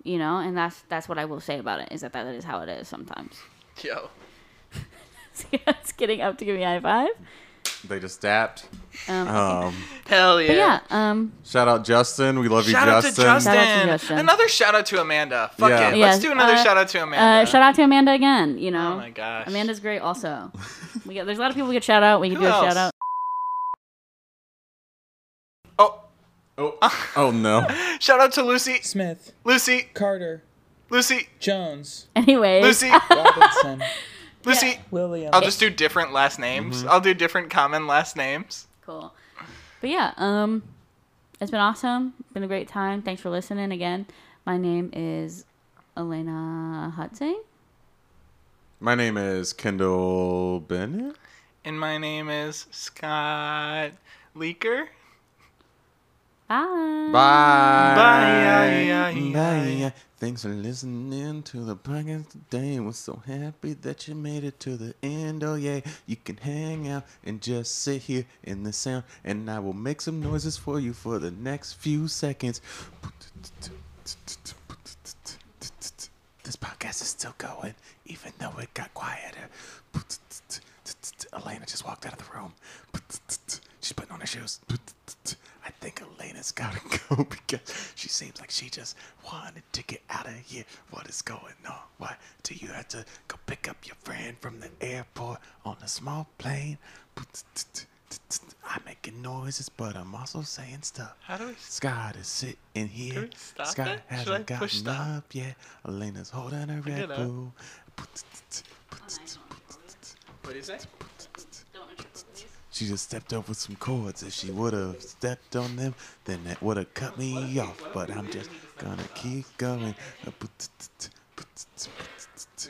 [SPEAKER 1] you know, and that's that's what I will say about it is that that is how it is sometimes.
[SPEAKER 3] Yo.
[SPEAKER 1] it's getting up to give me a high five.
[SPEAKER 2] They just dapped.
[SPEAKER 1] Um,
[SPEAKER 2] Um,
[SPEAKER 3] Hell yeah.
[SPEAKER 1] but yeah. Um,
[SPEAKER 2] shout out Justin. We love
[SPEAKER 3] Shout
[SPEAKER 2] you,
[SPEAKER 3] out to
[SPEAKER 2] Justin.
[SPEAKER 3] Justin.
[SPEAKER 1] Shout out to Justin.
[SPEAKER 3] Another shout out to Amanda. Fuck
[SPEAKER 2] Yeah.
[SPEAKER 3] yeah. Let's
[SPEAKER 1] Yes,
[SPEAKER 3] do another
[SPEAKER 1] uh,
[SPEAKER 3] shout out to Amanda.
[SPEAKER 1] Uh, shout out to Amanda again. You know,
[SPEAKER 3] Oh my gosh.
[SPEAKER 1] Amanda's great. Also, we got, there's a lot of people we could shout out. We could
[SPEAKER 3] Who
[SPEAKER 1] do a
[SPEAKER 3] else?
[SPEAKER 1] shout out.
[SPEAKER 3] Oh,
[SPEAKER 2] Oh, oh no.
[SPEAKER 3] shout out to Lucy.
[SPEAKER 5] Smith,
[SPEAKER 3] Lucy.
[SPEAKER 5] Carter,
[SPEAKER 3] Lucy.
[SPEAKER 5] Jones,
[SPEAKER 1] Anyways,
[SPEAKER 3] Lucy.
[SPEAKER 5] Robinson,
[SPEAKER 3] Lucy.
[SPEAKER 5] William.
[SPEAKER 3] I'll just do different last names. I'll do different common last names.
[SPEAKER 1] cool. But yeah, um, it's been awesome. It's been a great time. Thanks for listening again. My name is Elena Hutzing.
[SPEAKER 2] My name is Kendall Bennett.
[SPEAKER 3] And my name is Scott Leaker.
[SPEAKER 1] Bye.
[SPEAKER 2] Bye.
[SPEAKER 3] Bye.
[SPEAKER 2] Bye. Thanks for listening to the podcast today. We're so happy that you made it to the end. Oh, yeah. You can hang out and just sit here in the sound, and I will make some noises for you for the next few seconds. This podcast is still going, even though it got quieter. Elena just walked out of the room. She's putting on her shoes. I think Elena's gotta go because she seems like she just wanted to get out of here. What is going on? Why do you have to go pick up your friend from the airport on a small plane? I'm making noises, but I'm also saying stuff.
[SPEAKER 3] How do we
[SPEAKER 2] Scott is sitting here.
[SPEAKER 3] we stop
[SPEAKER 2] Scott
[SPEAKER 3] it? Should I
[SPEAKER 2] hasn't gotten
[SPEAKER 3] push stop?
[SPEAKER 2] up yet. Elena's holding her
[SPEAKER 3] it
[SPEAKER 2] Red
[SPEAKER 3] up.
[SPEAKER 2] Bull.
[SPEAKER 3] What do you say?
[SPEAKER 2] She just stepped over some cords. If she would have stepped on them, then that would have cut me off. But I'm just gonna keep going.
[SPEAKER 3] We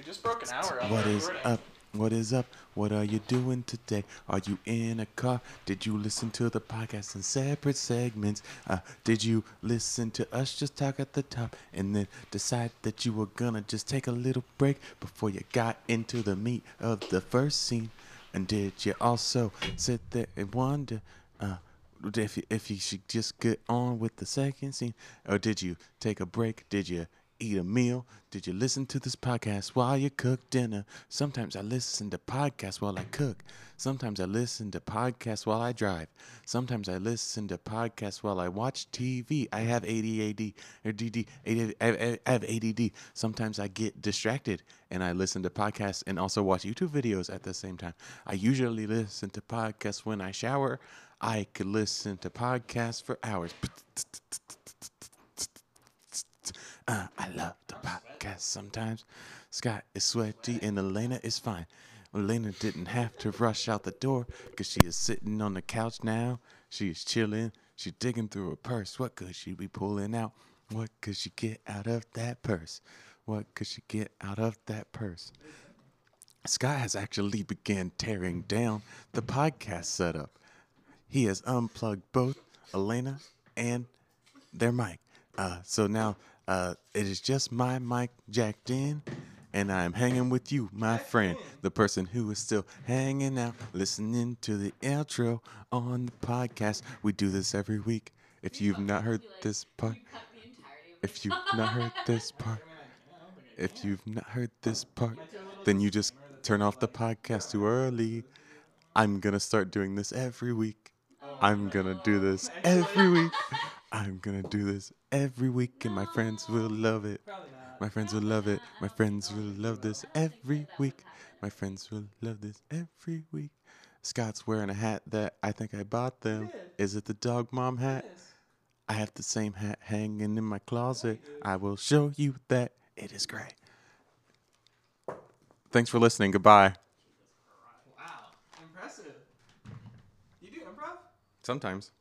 [SPEAKER 3] just broke an hour off
[SPEAKER 2] What
[SPEAKER 3] our
[SPEAKER 2] is
[SPEAKER 3] recording.
[SPEAKER 2] up? What is up? What are you doing today? Are you in a car? Did you listen to the podcast in separate segments? Uh, did you listen to us just talk at the top and then decide that you were gonna just take a little break before you got into the meat of the first scene? And did you also sit there and wonder? Uh, if you, if you should just get on with the second scene, or did you take a break? Did you eat a meal? Did you listen to this podcast while you cook dinner? Sometimes I listen to podcasts while I cook. Sometimes I listen to podcasts while I drive. Sometimes I listen to podcasts while I watch TV. I have ADAD or DD. ADD, I have- I have ADD. Sometimes I get distracted and I listen to podcasts and also watch YouTube videos at the same time. I usually listen to podcasts when I shower. I could listen to podcasts for hours. Uh, I love the podcast sometimes. Scott is sweaty and Elena is fine. Elena didn't have to rush out the door because she is sitting on the couch now. She is chilling. She's digging through her purse. What could she be pulling out? What could she get out of that purse? What could she get out of that purse? Scott has actually began tearing down the podcast setup. He has unplugged both Elena and their mic. Uh, so now uh, it is just my mic jacked in, and I am hanging with you, my friend, the person who is still hanging out, listening to the outro on the podcast. We do this every week. If you've not heard this part,
[SPEAKER 4] Cut the entirety of
[SPEAKER 2] if you've not heard this part, if you've not heard this part, then you just turn off the podcast too early. I'm gonna start doing this every week. I'm gonna do this every week. I'm gonna do this every week, and my friends will love it. My friends will love it. My friends will love this every week. My friends will love this every week. Scott's wearing a hat that I think I bought them. Is it the dog mom hat? I have the same hat hanging in my closet. I will show you that it is gray. Thanks for listening. Goodbye.
[SPEAKER 3] Wow, impressive. You do improv?
[SPEAKER 2] Sometimes.